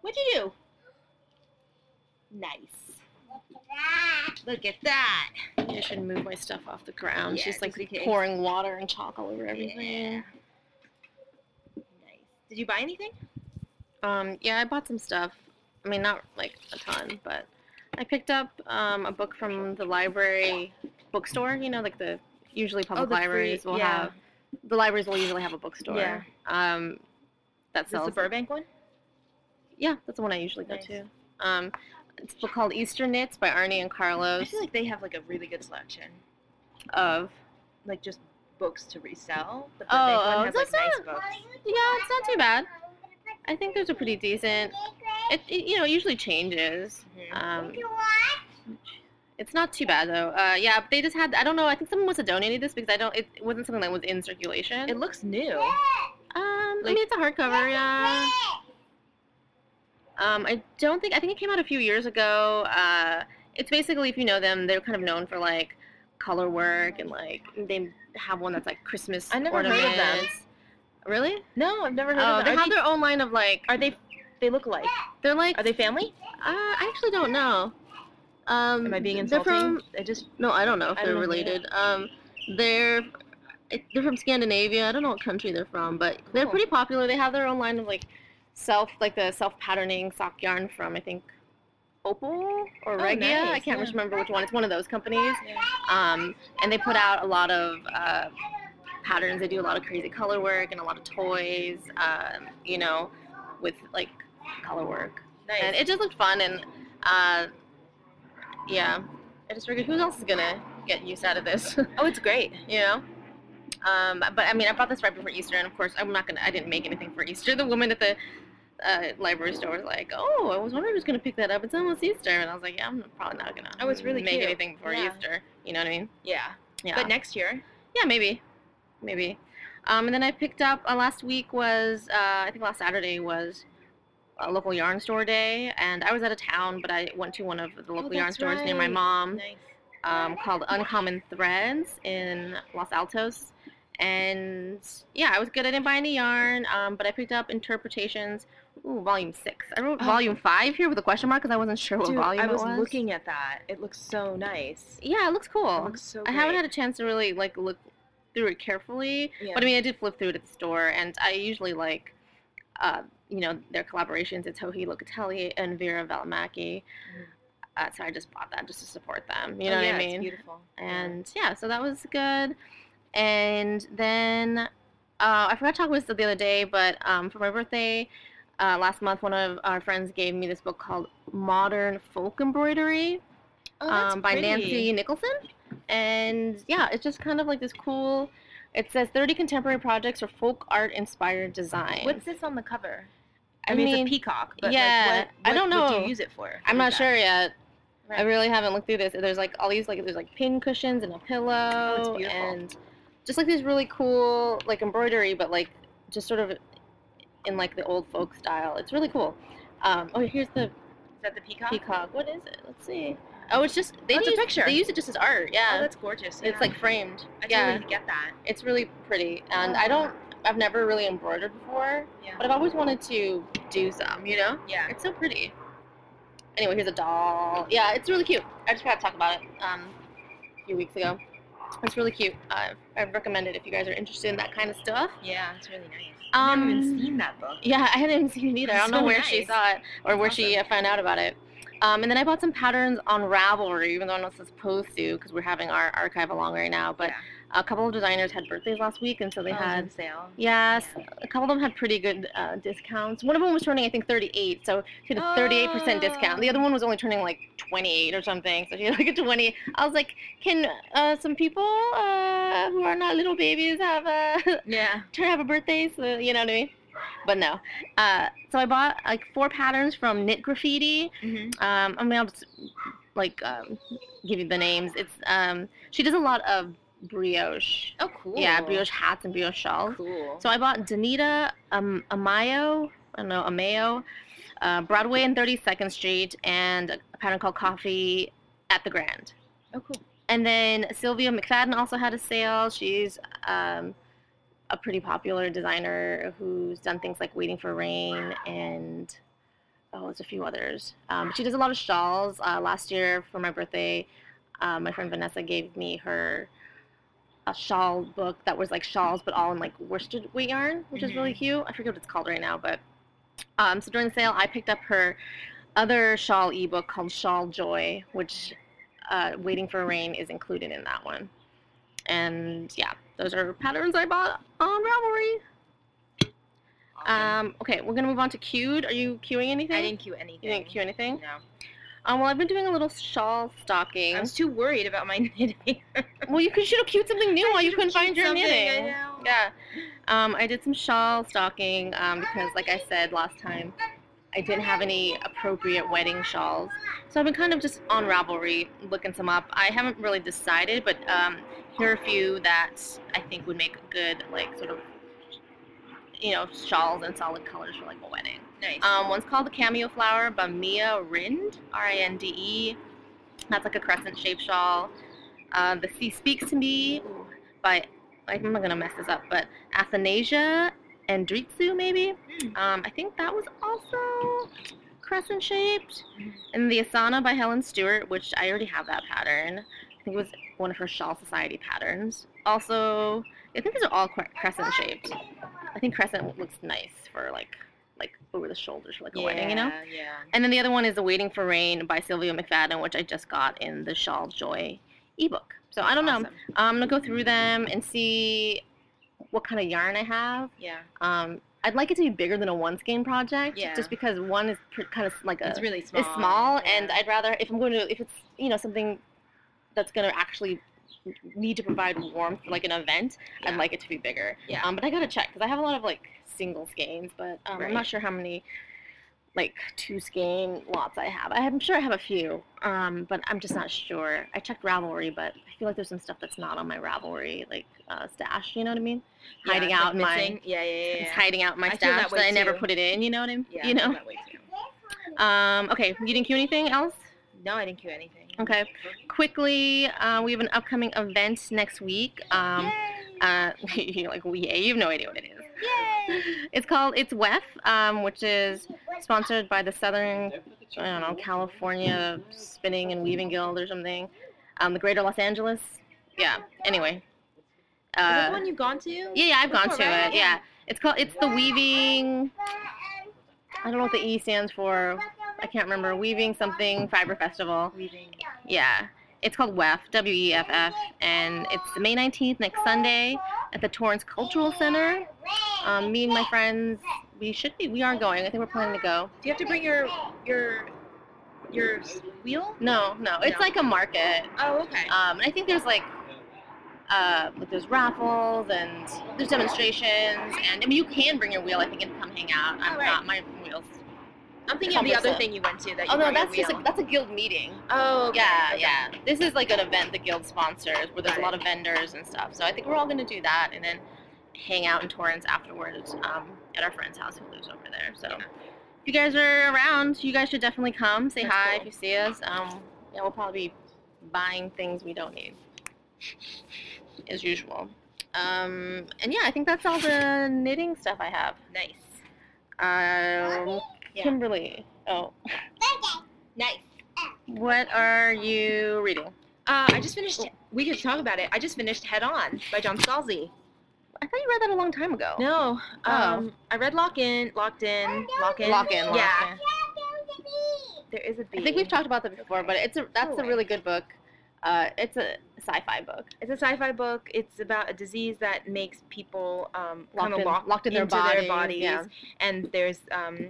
What'd you do? Nice. Look at that.
I should move my stuff off the ground.
Yeah,
She's like
just in case.
pouring water and chalk all over everything.
Yeah. Nice. Did you buy anything?
Um, yeah, I bought some stuff. I mean, not like a ton, but I picked up um, a book from the library bookstore. You know, like Oh, the usually public
the free-
libraries will
yeah.
have the libraries will usually have a bookstore.
Yeah.
Um, that
Is this
sells.
the Burbank one?
Yeah, that's the one I usually
Nice.
go to. Um, it's a book called Easter Knits by Arnie and
I
Carlos
feel like they have like a really good selection,
of.
like just books to resell. The
Oh,
Burbank one
oh,
has
that's
like nice
not-
books.
Yeah, it's not too bad. I think those are pretty decent. It, it you know it usually changes.
Mhm.
Um, It's not too bad though. Uh, yeah, but they just had. I don't know. I think someone must have donated this because I don't. It wasn't something that was in circulation.
It looks new.
um, I
like-
mean, it's a hardcover. Yeah. Um, I don't think. I think it came out a few years ago. Uh, it's basically, if you know them, they're kind of known for like color work and like they have one that's like Christmas.
I never heard of them.
ornaments. Really?
No, I've never heard
Oh,
of
they
them.
have their own line of like.
are they, are they? They look alike.
They're like.
Are they family?
Uh, I actually don't know. Um,
Am I being
they're
insulting?
from
I just
No, I don't know if
I
they're
don't know who they
related. Um, they're I- they're from Scandinavia. I don't know what country they're from, but they're
Cool.
pretty popular. They have their own line of like self like the self patterning sock yarn from I think Opal or Regia. Oh, I
Oh, nice,
can't
yeah.
remember which one. It's one of those companies. Um, and they put out a lot of uh, patterns. They do a lot of crazy color work and a lot of toys. Um, you know, with like color work,
nice.
and it just looked fun and. Uh, yeah, I just figured who else is gonna get use out of this, [LAUGHS]
oh, it's great.
you know? Um, but I mean, I bought this right before Easter, and of course, I'm not gonna. I didn't make anything for Easter. [LAUGHS] The woman at the uh, library store was like, "Oh, I was wondering who's gonna pick that up. It's almost Easter," and I was like, "Yeah, I'm probably not gonna.
Oh, it's really
make
cute.
anything before
Yeah.
Easter. You know what I mean?
Yeah.
Yeah.
But next year,
Yeah, maybe, maybe. Um, and then I picked up uh, last week was uh, I think last Saturday was a local yarn store day, and I was out of town, but I went to one of the local yarn
Oh, that's
stores near my
right.
mom
nice.
um, called Uncommon Threads in Los Altos, And yeah, I was good. I didn't buy any yarn, um, but I picked up interpretations. Ooh, volume six. I wrote
Oh.
volume five here with a question mark because I wasn't sure what
Dude,
volume
I was,
it was.
looking at that. It looks so nice.
Yeah, it looks cool.
It looks so.
Oh. I haven't had
great.
a chance to really like look through it carefully,
Yeah.
but I mean, I did flip through it at the store, and I usually like, uh, you know, their collaborations. It's Hohi Locatelli and Vera Valimaki.
Mhm.
Uh, so I just bought that just to support them. You
Oh,
know
yeah,
what I
it's
mean?
beautiful. Yeah.
and yeah, so that was good. And then uh, I forgot to talk about this the other day, but um, for my birthday uh, last month, one of our friends gave me this book called Modern Folk Embroidery
Oh, that's
um, by
pretty.
Nancy Nicholson. And yeah, it's just kind of like this cool. It says 30 contemporary projects for folk art inspired design.
What's this on the cover?
I mean,
it's a peacock. But
yeah,
like, what,
I
what
don't
would
know.
you use it for?
I'm
What
not
is
sure
that?
yet. I
Right.
really haven't looked through this. There's like all these like there's like pin cushions and a pillow
Oh, beautiful.
and just like these really cool like embroidery, but like just sort of in like the old folk style. It's really cool. Um, oh, here's the
Is that the peacock?
peacock. What is it? Let's see. Oh, it's just they
Oh, it's a
use-
picture.
They use it just as art.
Oh,
Yeah,
that's gorgeous. yeah.
it's like framed.
I
yeah,
totally get that.
it's really pretty. And I don't. I've never really embroidered before,
Yeah.
but I've always wanted to do some. You know.
yeah.
It's so pretty. Anyway, here's a doll. Yeah, it's really cute. I just forgot to talk about it um, a few weeks ago. It's really cute. Uh, I recommend it if you guys are interested in that kind of stuff.
Yeah, it's really nice. I've never
Um,
even seen that book.
Yeah, I hadn't even seen it either. I don't
So
know where she
nice.
saw it or
That's
where she uh,
awesome.
found out about it. Um, and then I bought some patterns on Ravelry, even though I'm not supposed to because we're having our archive along right now. But
Yeah.
a couple of designers had birthdays last week, and so they
Oh, it was
had
on sale.
um, Yes, a couple of them had pretty good uh, discounts. One of them was turning, I think, 38, so she had a 38% discount. The other one was only turning like 28 or something, so she had like a 20. I was like, can uh, some people uh, who are not little babies have [LAUGHS] a
Yeah.
turn have a birthday? So, you know what I mean? But no. Uh, so I bought like four patterns from Knit Graffiti.
Mm-hmm.
Um, I mean, I'll just like um, give you the names. It's um, she does a lot of brioche.
Oh, cool.
Yeah, brioche hats and brioche shawls.
Cool.
So I bought Danita um, Amayo, I don't know, Amayo, uh, Broadway and 32nd Street, and a pattern called Coffee at the Grand.
oh, cool.
And then Sylvia McFadden also had a sale. She's um, a pretty popular designer who's done things like Waiting for Rain and, oh, there's a few others. Um, she does a lot of shawls. Uh, last year for my birthday, uh, my friend Vanessa gave me her a shawl book that was like shawls, but all in like worsted weight yarn, which is really cute. I forget what it's called right now, but um, so during the sale, I picked up her other shawl ebook called Shawl Joy, which uh, Waiting for Rain is included in that one. And yeah, those are patterns I bought on Ravelry.
Awesome.
Um, okay, we're gonna move on to queued. Are you queuing anything?
I didn't cue anything.
You didn't queue anything?
No.
Um, well, I've been doing a little shawl stocking.
I was too worried about my [LAUGHS] knitting.
Well, you could should have queued
[LAUGHS]
something new while you couldn't find your
Something,
knitting.
I know.
Yeah. Um, I did some shawl stocking um, because, like I said last time, I didn't have any appropriate wedding shawls. So I've been kind of just on Ravelry looking some up. I haven't really decided, but um, here are a few that I think would make good, like, sort of, you know, shawls and solid colors for, like, a wedding.
Nice.
Um, one's called the Cameo Flower by Mia Rind, R I N D E. That's like a crescent shaped shawl. Uh, the Sea Speaks to Me by, I'm not going to mess this up, but Athanasia Andritsu, maybe.
Mm.
Um, I think that was also crescent shaped. And the Asana by Helen Stewart, which I already have that pattern. I think it was one of her Shawl Society patterns. Also, I think these are all cre- crescent shaped. I think crescent looks nice for like like over the shoulders for like a wedding, you know.
Yeah.
And then the other one is The Waiting for Rain by Sylvia McFadden, which I just got in the Shawl Joy ebook. So I don't know.
Awesome.
I'm gonna go through them and see what kind of yarn I have.
Yeah.
Um, I'd like it to be bigger than a one skein project,
Yeah.
just because one is pr- kind of like a
It's really small.
is small, and
yeah.
I'd rather if I'm going to if it's you know something that's gonna actually need to provide warmth for like an event, I'd
Yeah.
like it to be bigger.
Yeah.
Um, but I gotta check because I have a lot of like single skeins, but um, I'm not
Right.
sure how many like two skein lots I have. I'm sure I have a few, um, but I'm just not sure. I checked Ravelry, but I feel like there's some stuff that's not on my Ravelry like uh, stash. You know what I mean?
Yeah,
hiding
it's, like,
out in my-
missing. Yeah, yeah, yeah.
It's
yeah.
hiding out in my
I feel
stash
that way
I never
too.
put it in. You know what I mean?
Yeah,
you
I feel
know.
that way too.
Um, okay, you didn't cue anything else?
No, I didn't cue anything.
Okay. Quickly, uh, we have an upcoming event next week. Um, Uh, [LAUGHS] you're like, well, yeah, you have no idea what it is.
Yay!
It's called It's WEF, um, which is sponsored by the Southern, I don't know, California Spinning and Weaving Guild or something. Um, the Greater Los Angeles. Yeah. Anyway.
Is that the
Uh,
one you've gone to? Yeah.
yeah, yeah, I've gone
That's
to
all right.
it. Yeah. It's called. It's the weaving. I don't know what the E stands for. I can't remember. Weaving something fiber festival.
Weaving.
Yeah. It's called WEF, W E F F, and it's May 19th, next Sunday, at the Torrance Cultural Center. Um, me and my friends, we should be, we are going. I think we're planning to go.
Do you have to bring your your your s- wheel?
No, no, it's
No.
like a market.
Oh, okay.
Um, and I think there's like, uh, like there's raffles and there's demonstrations, and I mean you can bring your wheel, I think, and come hang out. I'm
Oh, right.
not my wheels.
I'm thinking of the other
cumbersome.
thing you went to that you
Oh no,
brought your
that's just a,
wheel.
that's a guild meeting.
Oh, okay,
Yeah,
okay.
yeah. This is like an event the guild sponsors where there's a
Got
lot of vendors and stuff. So I think we're all gonna do that and then hang out in Torrance afterwards um, at our friend's house who lives over there. So
Yeah.
if you guys are around, you guys should definitely come say
That's
hi
cool.
if you see us. Um, yeah, we'll probably be buying things we don't need as usual. Um, and yeah, I think that's all the knitting stuff I have.
Nice.
Um,
Yeah.
Kimberly, oh,
Nice.
what are you reading?
Uh, I just finished. We could talk about it. I just finished Head On by John Scalzi.
I thought you read that a long time ago.
No,
Oh.
um, I read Lock In, Locked In, Lock In.
Lock in. Lock
Yeah,
in.
there is a B.
I think we've talked about that before, but it's a that's a really good book. Uh, it's a sci-fi book.
It's a sci-fi book. It's about a disease that makes people um,
Locked
kind of
in,
locked
locked in their
into
bodies.
their bodies.
Yeah.
And there's um,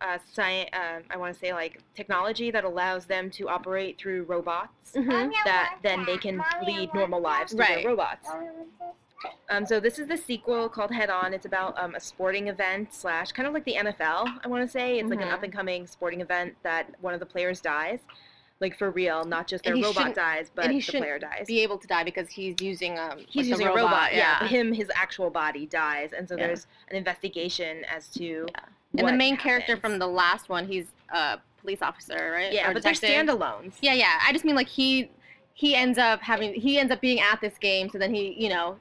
uh, sci- uh, I want to say like technology that allows them to operate through robots
Mhm.
that then they can lead normal lives through
Right.
their robots. Um, so this is the sequel called Head On. It's about um, a sporting event slash kind of like the NFL. I want to say it's like an
Mhm.
up and coming sporting event that one of the players dies, like for real, not just their
he
robot
shouldn't-
dies, but
he
the
shouldn't
player dies.
Be able to die because he's using um
He's
like the
using
robot,
a robot. Yeah.
yeah.
but him, his actual body dies, and so
Yeah.
there's an investigation as to.
Yeah. And the
what
main character
happens.
from the last one, he's a police officer, right?
Yeah,
Or
but
detective.
they're standalones.
Yeah, yeah. I just mean like he he ends up having he ends up being at this game, so then he you know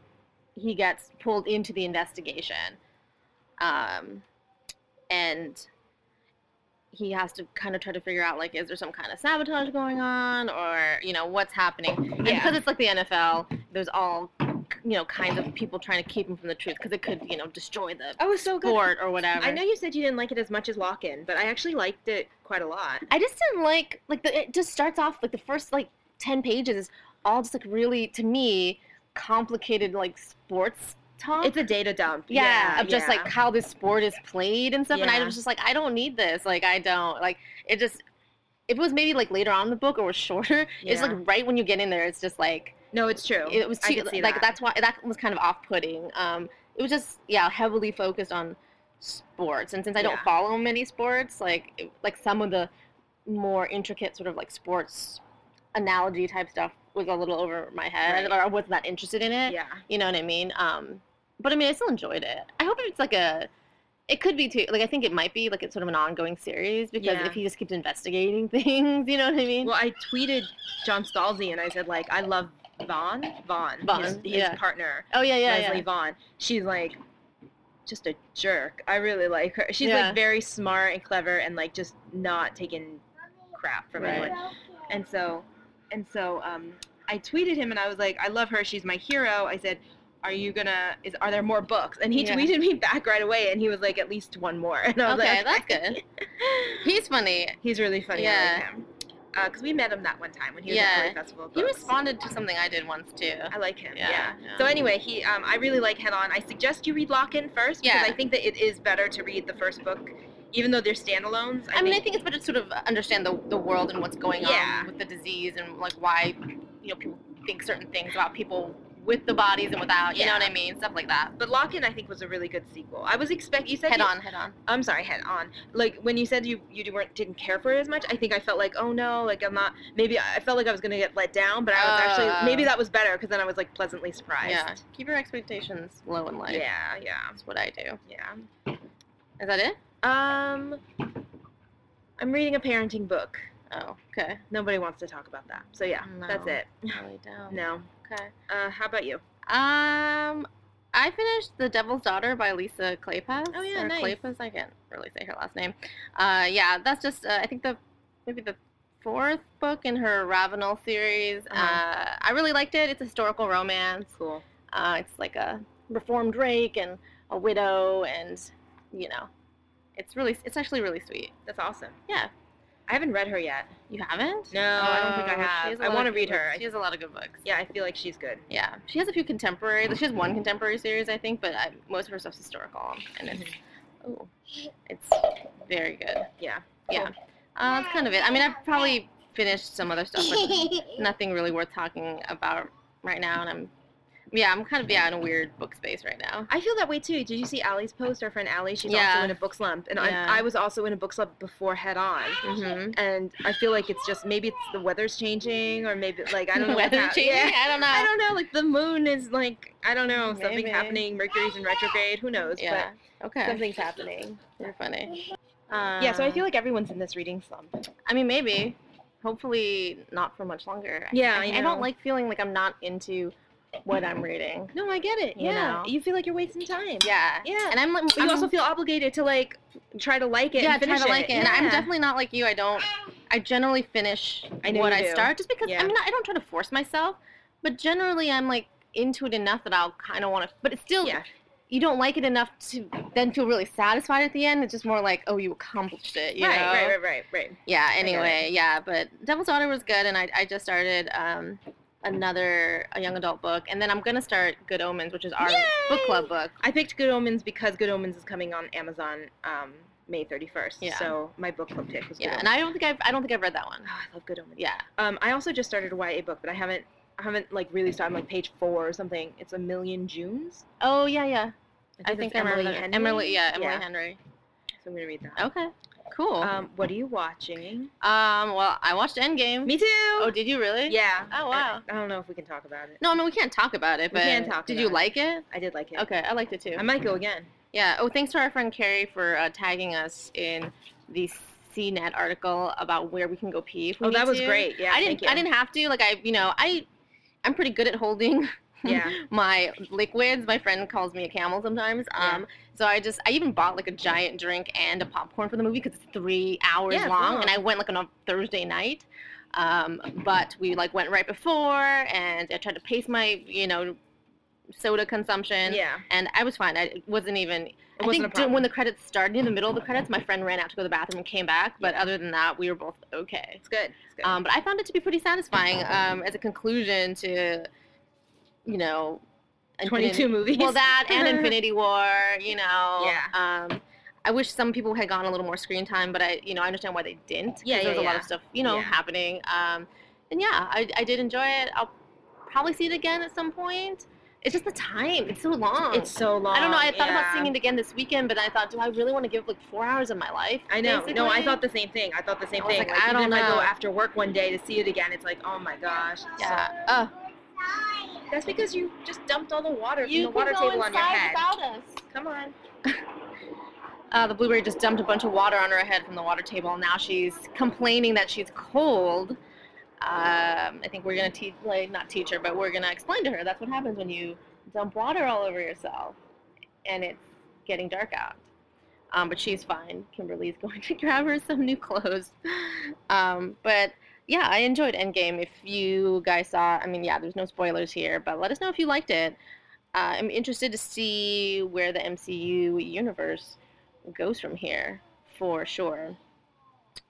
he gets pulled into the investigation, um, and he has to kind of try to figure out like is there some kind of sabotage going on or you know what's happening and
Yeah.
because it's like the NFL there's all you know kinds of people trying to keep him from the truth because it could you know destroy the
Oh, it's so good.
sport or whatever
I know you said you didn't like it as much as Lock In, but I actually liked it quite a lot.
I just didn't like like the, it just starts off like the first like ten pages is all just like really to me complicated like sports talk.
It's a data dump.
yeah,
yeah
of just like how this sport is played and stuff. And I
Yeah.
was just like, I don't need this. Like I don't like it. Just if it was maybe like later on in the book or was [LAUGHS] shorter, it's
Yeah.
like right when you get in there, it's just like
no, it's true.
it was
I
too
could see
like
that.
that's why that was kind of off-putting. Um, it was just yeah heavily focused on sports, and since I don't
Yeah.
follow many sports, like it- like some of the more intricate sort of like sports analogy type stuff was a little over my head,
Right.
or I wasn't that interested in it.
yeah.
You know what I mean? Um, but I mean, I still enjoyed it. I hope it's like a. It could be too. Like I think it might be like it's sort of an ongoing series because
Yeah.
if he just keeps investigating [LAUGHS] things, you know what I mean?
Well, I tweeted John Scalzi and I said like I love Vaughn, Vaughn,
Vaughn,
his, his
yeah.
partner
oh yeah, yeah,
Leslie
yeah.
Vaughn. She's like just a jerk. I really like her. She's
Yeah.
like very smart and clever and like just not taking crap from
Right.
anyone. And so, and so um, I tweeted him and I was like I love her. She's my hero. I said. Are you gonna? Is are there more books? And he
Yeah.
tweeted me [LAUGHS] back right away, and he was like, at least one more. [LAUGHS] And I was
Okay,
like,
that's good. He's funny.
[LAUGHS] He's really funny. I
Yeah.
like him. Because we met him that one time when he was at
Yeah.
Curry Festival. of
He
Books.
responded to something I did once too.
I like him.
Yeah,
Yeah.
yeah.
So anyway, he um, I really like Head On. I suggest you read Lock In first because
Yeah.
I think that it is better to read the first book, even though they're standalones. I,
I mean, I
think
think it's better to sort of understand the, the world and what's going
Yeah.
on with the disease and like why you know people think certain things about people with the bodies and without. You know what I mean? Stuff like that.
but Lock In I think was a really good sequel. I was expect you said
Head
you-
on, head on.
I'm sorry, Head On. Like when you said you you weren't didn't care for it as much, I think I felt like oh no, like I'm not. Maybe I I felt like I was gonna get let down, but I was
Oh.
actually maybe that was better because then I was like pleasantly surprised.
Yeah. Keep your expectations low in life.
Yeah. Yeah.
That's what I do.
Yeah.
Is that it?
Um, I'm reading a parenting book.
Oh, okay.
[LAUGHS] Nobody wants to talk about that. So yeah, that's
No.
it.
Really down.
No.
Okay.
Uh, how about you?
Um, I finished The Devil's Daughter by Lisa Kleypas.
Oh, yeah,
or
nice.
Kleypas, I can't really say her last name. Uh, yeah, that's just uh, I think the maybe the fourth book in her Ravenel series. uh
Uh-huh.
I really liked it. It's a historical romance.
Cool.
Uh, it's like a reformed rake and a widow, and you know, it's really it's actually really sweet.
That's awesome.
Yeah.
I haven't read her yet.
You haven't?
No, I don't think I
Oh, she has
have.
a
I
lot
want to
of
read
good
her.
books.
I-
She has a lot of good books.
yeah, I feel like she's good.
Yeah, she has a few contemporary. She has one
Mm-hmm.
contemporary series, I think, but I, most of her stuff's historical, and it's
Mm-hmm.
oh, it's very good.
Yeah.
yeah. Uh, that's kind of it. I mean, I've probably finished some other stuff,
[LAUGHS]
but [LAUGHS] nothing really worth talking about right now. And I'm, yeah, I'm kind of yeah in a weird book space right now.
I feel that way too. Did you see Allie's post? Our friend Allie, she's
Yeah.
also in a book slump, and
Yeah.
I, I was also in a book slump before Head On.
Mm-hmm.
And I feel like it's just maybe it's the weather's changing, or maybe like
[LAUGHS]
I don't know [LAUGHS] what's
Weather
hap-
changing?
Yeah.
I don't know.
[LAUGHS] I don't know. Like the moon is like I don't know something
Maybe.
happening. Mercury's in retrograde. Who knows?
yeah.
But
Okay.
something's happening.
You're funny.
yeah. So I feel
Uh,
like everyone's in this reading slump.
I mean, maybe. Hopefully, not for much longer. I-
Yeah,
I,
I
I
know.
don't like feeling like I'm not into what I'm reading.
No, I get it.
You
yeah.
know.
You feel like you're wasting time.
Yeah.
Yeah.
And I'm like,
But you
I'm
also feel obligated to like try to like it.
yeah,
and
try
finish
to like it. And I'm
Yeah.
definitely not like you. I don't. I generally finish
I know
what
you
I
do.
start, just because
Yeah.
I mean I don't try to force myself, but generally I'm like into it enough that I'll kind of want to. But it's still,
Yeah.
you don't like it enough to then feel really satisfied at the end. It's just more like, oh, you accomplished it. You
right,
know?
right, right, right, right.
Yeah.
get it.
Anyway, yeah. But Devil's Daughter was good, and I I just started um another a young adult book, and then I'm gonna start Good Omens, which is our book club book.
I picked Good Omens because Good Omens is coming on Amazon um, May 31st.
Yeah.
So my book club pick was Good
Yeah,
Omens.
and I don't think I've I don't think I've read that one.
Oh, I love Good Omens.
Yeah.
Um, I also just started a YA book, but I haven't I haven't like really started. I'm like page four or something. It's A Million Junes.
Oh yeah, yeah. I
it's
think I remember
Emily
that.
Henry.
Emily, yeah, Emily
Yeah.
Henry.
So I'm gonna read that.
Okay, cool. Um,
Um, what are you watching?
well, I watched Endgame.
Me too.
Oh, did you really?
yeah.
Oh wow.
I, I don't know if we can talk about it.
No, I mean we can't talk about it,
We
but
can talk
did
about
you
it.
like it?
I did like it.
Okay, I liked it too.
I might go again.
yeah. Oh, thanks to our friend Carrie for uh, tagging us in the CNET article about where we can go pee. If we
Oh, that
need
was
to.
great. Yeah.
I didn't.
thank
I didn't have to. Like I, you know, I, I'm pretty good at holding [LAUGHS]
you. Yeah.
my liquids. My friend calls me a camel sometimes.
Yeah.
Um, so I just I even bought like a giant drink and a popcorn for the movie because it's three hours
Yeah, it's
long,
long.
and I went like on a Thursday night. Um, but we like went right before, and I tried to pace my you know soda consumption.
yeah.
And I was fine. I it wasn't even.
It
I
wasn't a
think during- when
problem.
the credits started, in the middle of the credits, my friend ran out to go to the bathroom and came back. But other than that, we were both okay.
It's good. It's good.
Um, but I found it to be pretty satisfying um, as a conclusion to, you know, Infinity-
22 movies.
[LAUGHS] Well, that and Infinity War, you know.
Yeah.
Um, I wish some people had gotten a little more screen time, but I, you know, I understand why they didn't. 'cause
Yeah,
There was a
yeah,
lot
yeah.
of stuff, you know,
Yeah.
happening. Um, and yeah, I, I did enjoy it. I'll probably see it again at some point. It's just the time. It's so long.
It's so long.
I don't know. I thought about
Um, yeah.
seeing it again this weekend, but I thought, do I really want to give like four hours of my life?
I know. No, I
basically?
thought the same thing. I thought the same
I was
thing.
like, I
even
don't
if I go
know.
after work one day to see it again, it's like, oh my gosh.
Yeah. Uh,
That's because you just dumped all the water
You
from the water
can go
table on your
inside
head.
without us.
Come on.
Uh, the blueberry just dumped a bunch of water on her head from the water table. Now she's complaining that she's cold. Um, I think we're gonna teach, like, not teach her, but we're gonna explain to her that's what happens when you dump water all over yourself, and it's getting dark out. Um, but she's fine. Kimberly's [LAUGHS] going to grab her some new clothes. Um, but yeah, I enjoyed Endgame. If you guys saw, I mean, yeah, there's no spoilers here, but let us know if you liked it. Uh, I'm interested to see where the MCU universe goes from here for sure.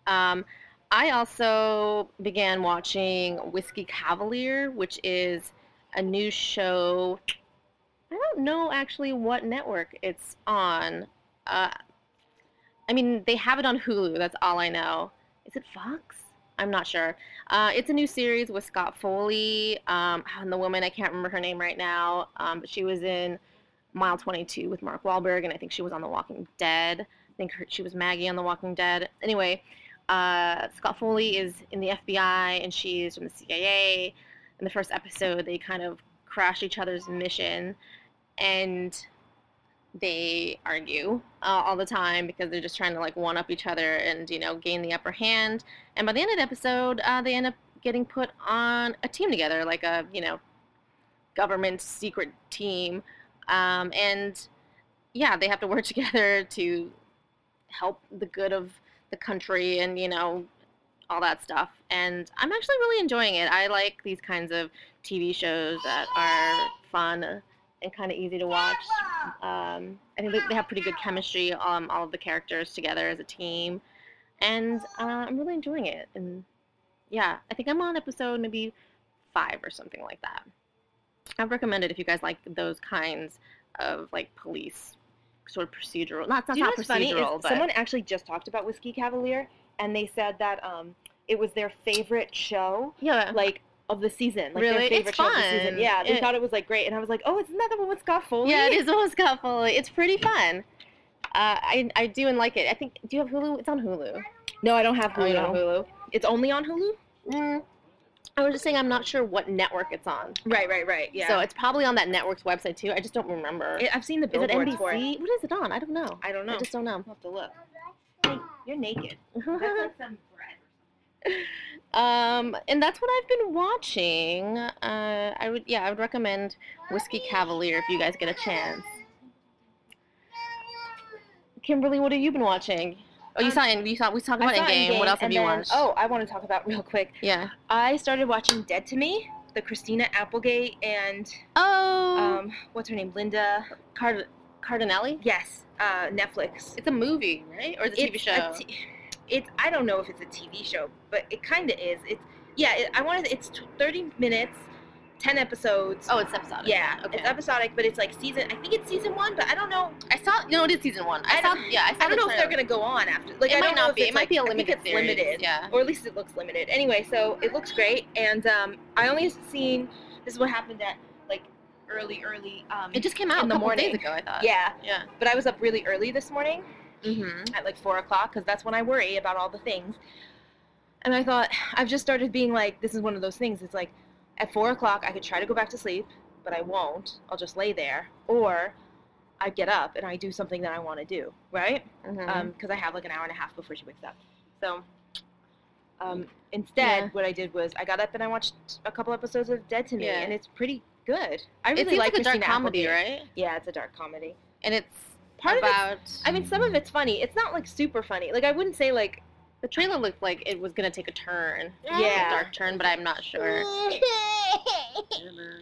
Um, I also began watching Whiskey Cavalier, which is a new show. I don't know actually what network it's on. Uh, I mean, they have it on Hulu. That's all I know. Is it Fox? I'm not sure. Uh, it's a new series with Scott Foley um, and the woman I can't remember her name right now, um, but she was in Mile 22 with Mark Wahlberg, and I think she was on The Walking Dead. I think her, she was Maggie on The Walking Dead. Anyway, uh, Scott Foley is in the FBI, and she is from the CIA. In the first episode, they kind of crash each other's mission, and they argue uh, all the time because they're just trying to like one up each other and you know gain the upper hand. And by the end of the episode, uh, they end up getting put on a team together, like a you know government secret team, um, and yeah, they have to work [LAUGHS] together to help the good of the country and you know all that stuff. And I'm actually really enjoying it. I like these kinds of TV shows that are fun and kind of easy to watch. Um, I think they, they have pretty good chemistry, um, all of the characters together as a team, and uh, I'm really enjoying it. And yeah, I think I'm on episode maybe five or something like that. I'd recommend it if you guys like those kinds of like police sort of procedural. Not that's
Do you know
not procedural,
what's funny? Is
but
someone actually just talked about Whiskey Cavalier, and they said that um, it was their favorite show,
yeah,
like of the season, like
Really?
their
It's
favorite show of the
fun.
season. Yeah, they
It-
thought it was like great, and I was like, oh, isn't that the one with Scott Foley?
yeah, it is almost got Foley. It's pretty fun. Uh, I I do and like it. I think do you have Hulu? It's on Hulu.
No, I don't have Hulu.
Oh, you don't have Hulu.
It's only on Hulu.
Mm, I was just saying I'm not sure what network it's on.
[LAUGHS] Right, right, right. Yeah.
So it's probably on that network's website too. I just don't remember.
I've seen the
Is it
billboards for it.
NBC? What is it on? I don't know.
I don't
I
know.
just don't know.
I'll have
[LAUGHS]
to look. You're naked.
um, and that's what I've been watching. Uh, I would, yeah, I would recommend Whiskey Cavalier if you guys get a chance. Kimberly, what have you been watching? Oh, you
Um,
saw in you saw we talked about
I saw
Endgame.
Endgame,
What else have
and
you
then-
watched?
Oh, I want to talk about real quick.
yeah.
I started watching Dead to Me, the Christina Applegate and
Oh,
um, what's her name, Linda.
Card- Cardinelli.
Yes, uh, Netflix.
It's a movie, right? Or it's a TV
It's
show.
t- it's I don't know if it's a TV show, but it kind of is. It's yeah. It, I want to. It's t- thirty minutes, ten episodes.
oh, it's episodic.
yeah,
Okay.
it's episodic, but it's like season. I think it's season one, but I don't know.
I saw. No, it is season one. I,
I
saw.
don't-
Yeah, I saw.
I don't
the
know if they're
trailer.
gonna go on after. Like
It
I
might
don't know
not
if
be. It
it's,
might
like-
be a
I think
limited
it's
series.
limited.
Yeah.
or at least it looks limited. Anyway, so it looks great, and um, I only seen this is what happened at like early, early. Um,
It just came out
in the
a couple days
morning.
ago. I thought.
yeah,
Yeah.
but I was up really early this morning
Mm-hmm.
at like four o'clock because that's when I worry about all the things. And I thought I've just started being like, this is one of those things. It's like at four o'clock I could try to go back to sleep, but I won't. I'll just lay there, or I get up and I do something that I want to do, right?
Mm-hmm.
because I have like an hour and a half before she wakes up. So um, instead,
Yeah.
what I did was I got up and I watched a couple episodes of Dead to Me,
Yeah.
and it's pretty good. I really
it seems like, a dark
Christina
comedy,
Applegate.
right?
Yeah, it's a dark comedy.
And it's
Part of
about.
it's, I mean, some of it's funny. It's not like super funny. Like I wouldn't say like
the trailer looked like it was gonna take a turn.
Yeah. Mm.
a dark turn, but I'm not sure.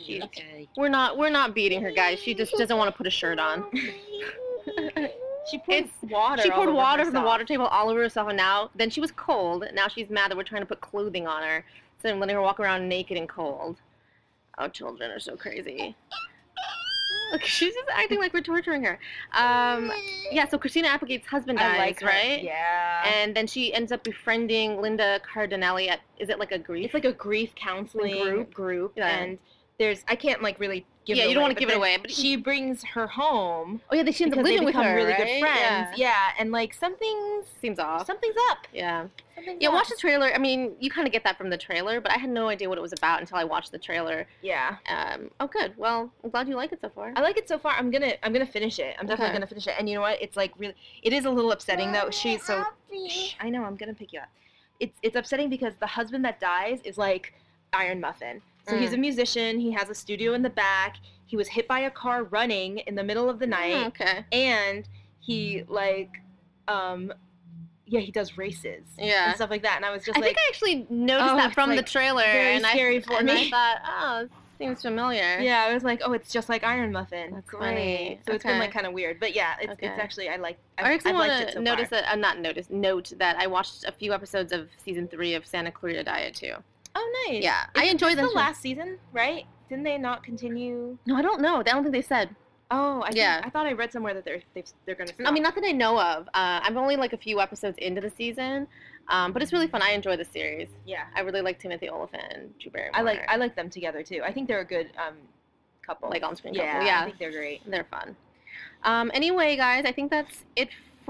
She's okay.
We're not. We're not beating her, guys. She just doesn't want to put a shirt on.
she poured
It's-
water.
She
all
poured
over
water from the
herself.
water table all over herself, and now then she was cold. Now she's mad that we're trying to put clothing on her, so I'm letting her walk around naked and cold. Oh, children are so crazy. Look, she's just acting like we're torturing her. [LAUGHS] Um, yeah. So Christina Applegate's husband dies,
I like her.
right?
Yeah.
And then she ends up befriending Linda Cardinelli at is it like a grief?
it's like a grief counseling
group.
group,
Yeah.
and there's I can't like really give
Yeah,
it
you don't wanna
but
give it
then
away, but-
[LAUGHS] she brings her home
oh yeah, they she ends up
because they
living with
become
her,
really
right?
good
Yeah.
friends. Yeah. and like something's
Seems off.
something's up.
Yeah.
Something's
Yeah,
up.
watch the trailer. I mean, you kind of get that from the trailer, but I had no idea what it was about until I watched the trailer.
Yeah,
Um, oh, good. Well, I'm glad you like it so far.
I like it so far. I'm gonna I'm gonna finish it. I'm definitely
Okay.
gonna finish it. And you know what? It's like really it is a little upsetting though. She's so
Shh.
Shh, I know I'm gonna pick you up. It's it's upsetting because the husband that dies is like Iron Muffin. So he's
Mm.
a musician. He has a studio in the back. He was hit by a car running in the middle of the night.
Mm, okay.
and he like um yeah he does races
Yeah.
and stuff like that and i was just
I
like
think I actually noticed
Oh,
that
it's,
from the
like,
trailer,
very
and I
scary for
and I
me
thought, oh, this seems familiar.
yeah i was like oh it's just like iron muffin
That's funny.
so it's been
Okay.
like kind of weird but yeah it's,
Okay.
it's actually i like
I
i, I
actually
liked
want
it
to
so
notice
far.
that. Uh, not notice. Note that I watched a few episodes of season three of Santa Clarita Diet too.
oh nice
Yeah, I enjoyed
it's
that.
the
show.
last season right didn't they not continue
No, I don't know. I don't think they said.
oh i think-
Yeah.
i thought i read somewhere that they're they've, they're gonna
I
stop.
mean, not that I know of. Uh, I'm only like a few episodes into the season, um, but it's really
Mm-hmm.
fun. I enjoy the series.
yeah
I really like Timothy Oliphant and Drew Barrymore.
i like i like them together too i think they're a good um couple
like on-screen
yeah
couple.
i
Yeah,
think they're great
they're fun. Um, anyway, guys, I think that's it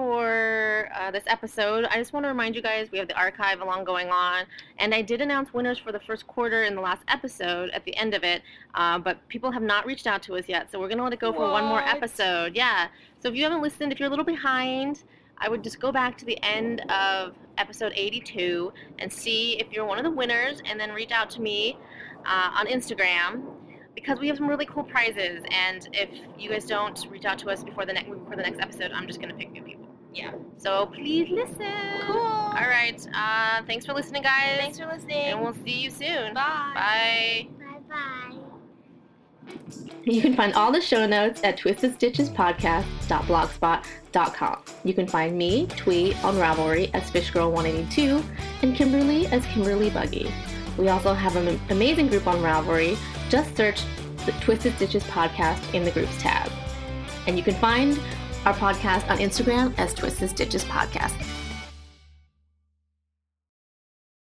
for uh, this episode. I just want to remind you guys we have the archive along going on, and I did announce winners for the first quarter in the last episode at the end of it, uh, but people have not reached out to us yet, so we're gonna let it go for one more
What?
episode. Yeah. So if you haven't listened, if you're a little behind, I would just go back to the end of episode 82 and see if you're one of the winners, and then reach out to me uh, on Instagram
because we have some really cool prizes, and if you guys don't reach out to us before the next before the next episode, I'm just gonna pick new people.
Yeah.
So please listen.
Cool. All
All right. Uh, thanks for listening, guys.
Thanks for listening.
and we'll see you soon.
Bye.
Bye.
Bye bye.
You can find all the show notes at twistedstitchespodcast.blogspot.com. You can find me, Tweet, on Ravelry as FishGirl182 and Kimberly as Kimberly Buggy. We also have an amazing group on Ravelry. Just search the Twisted Stitches Podcast in the groups tab. And you can find our podcast on Instagram as Twisted Stitches Podcast.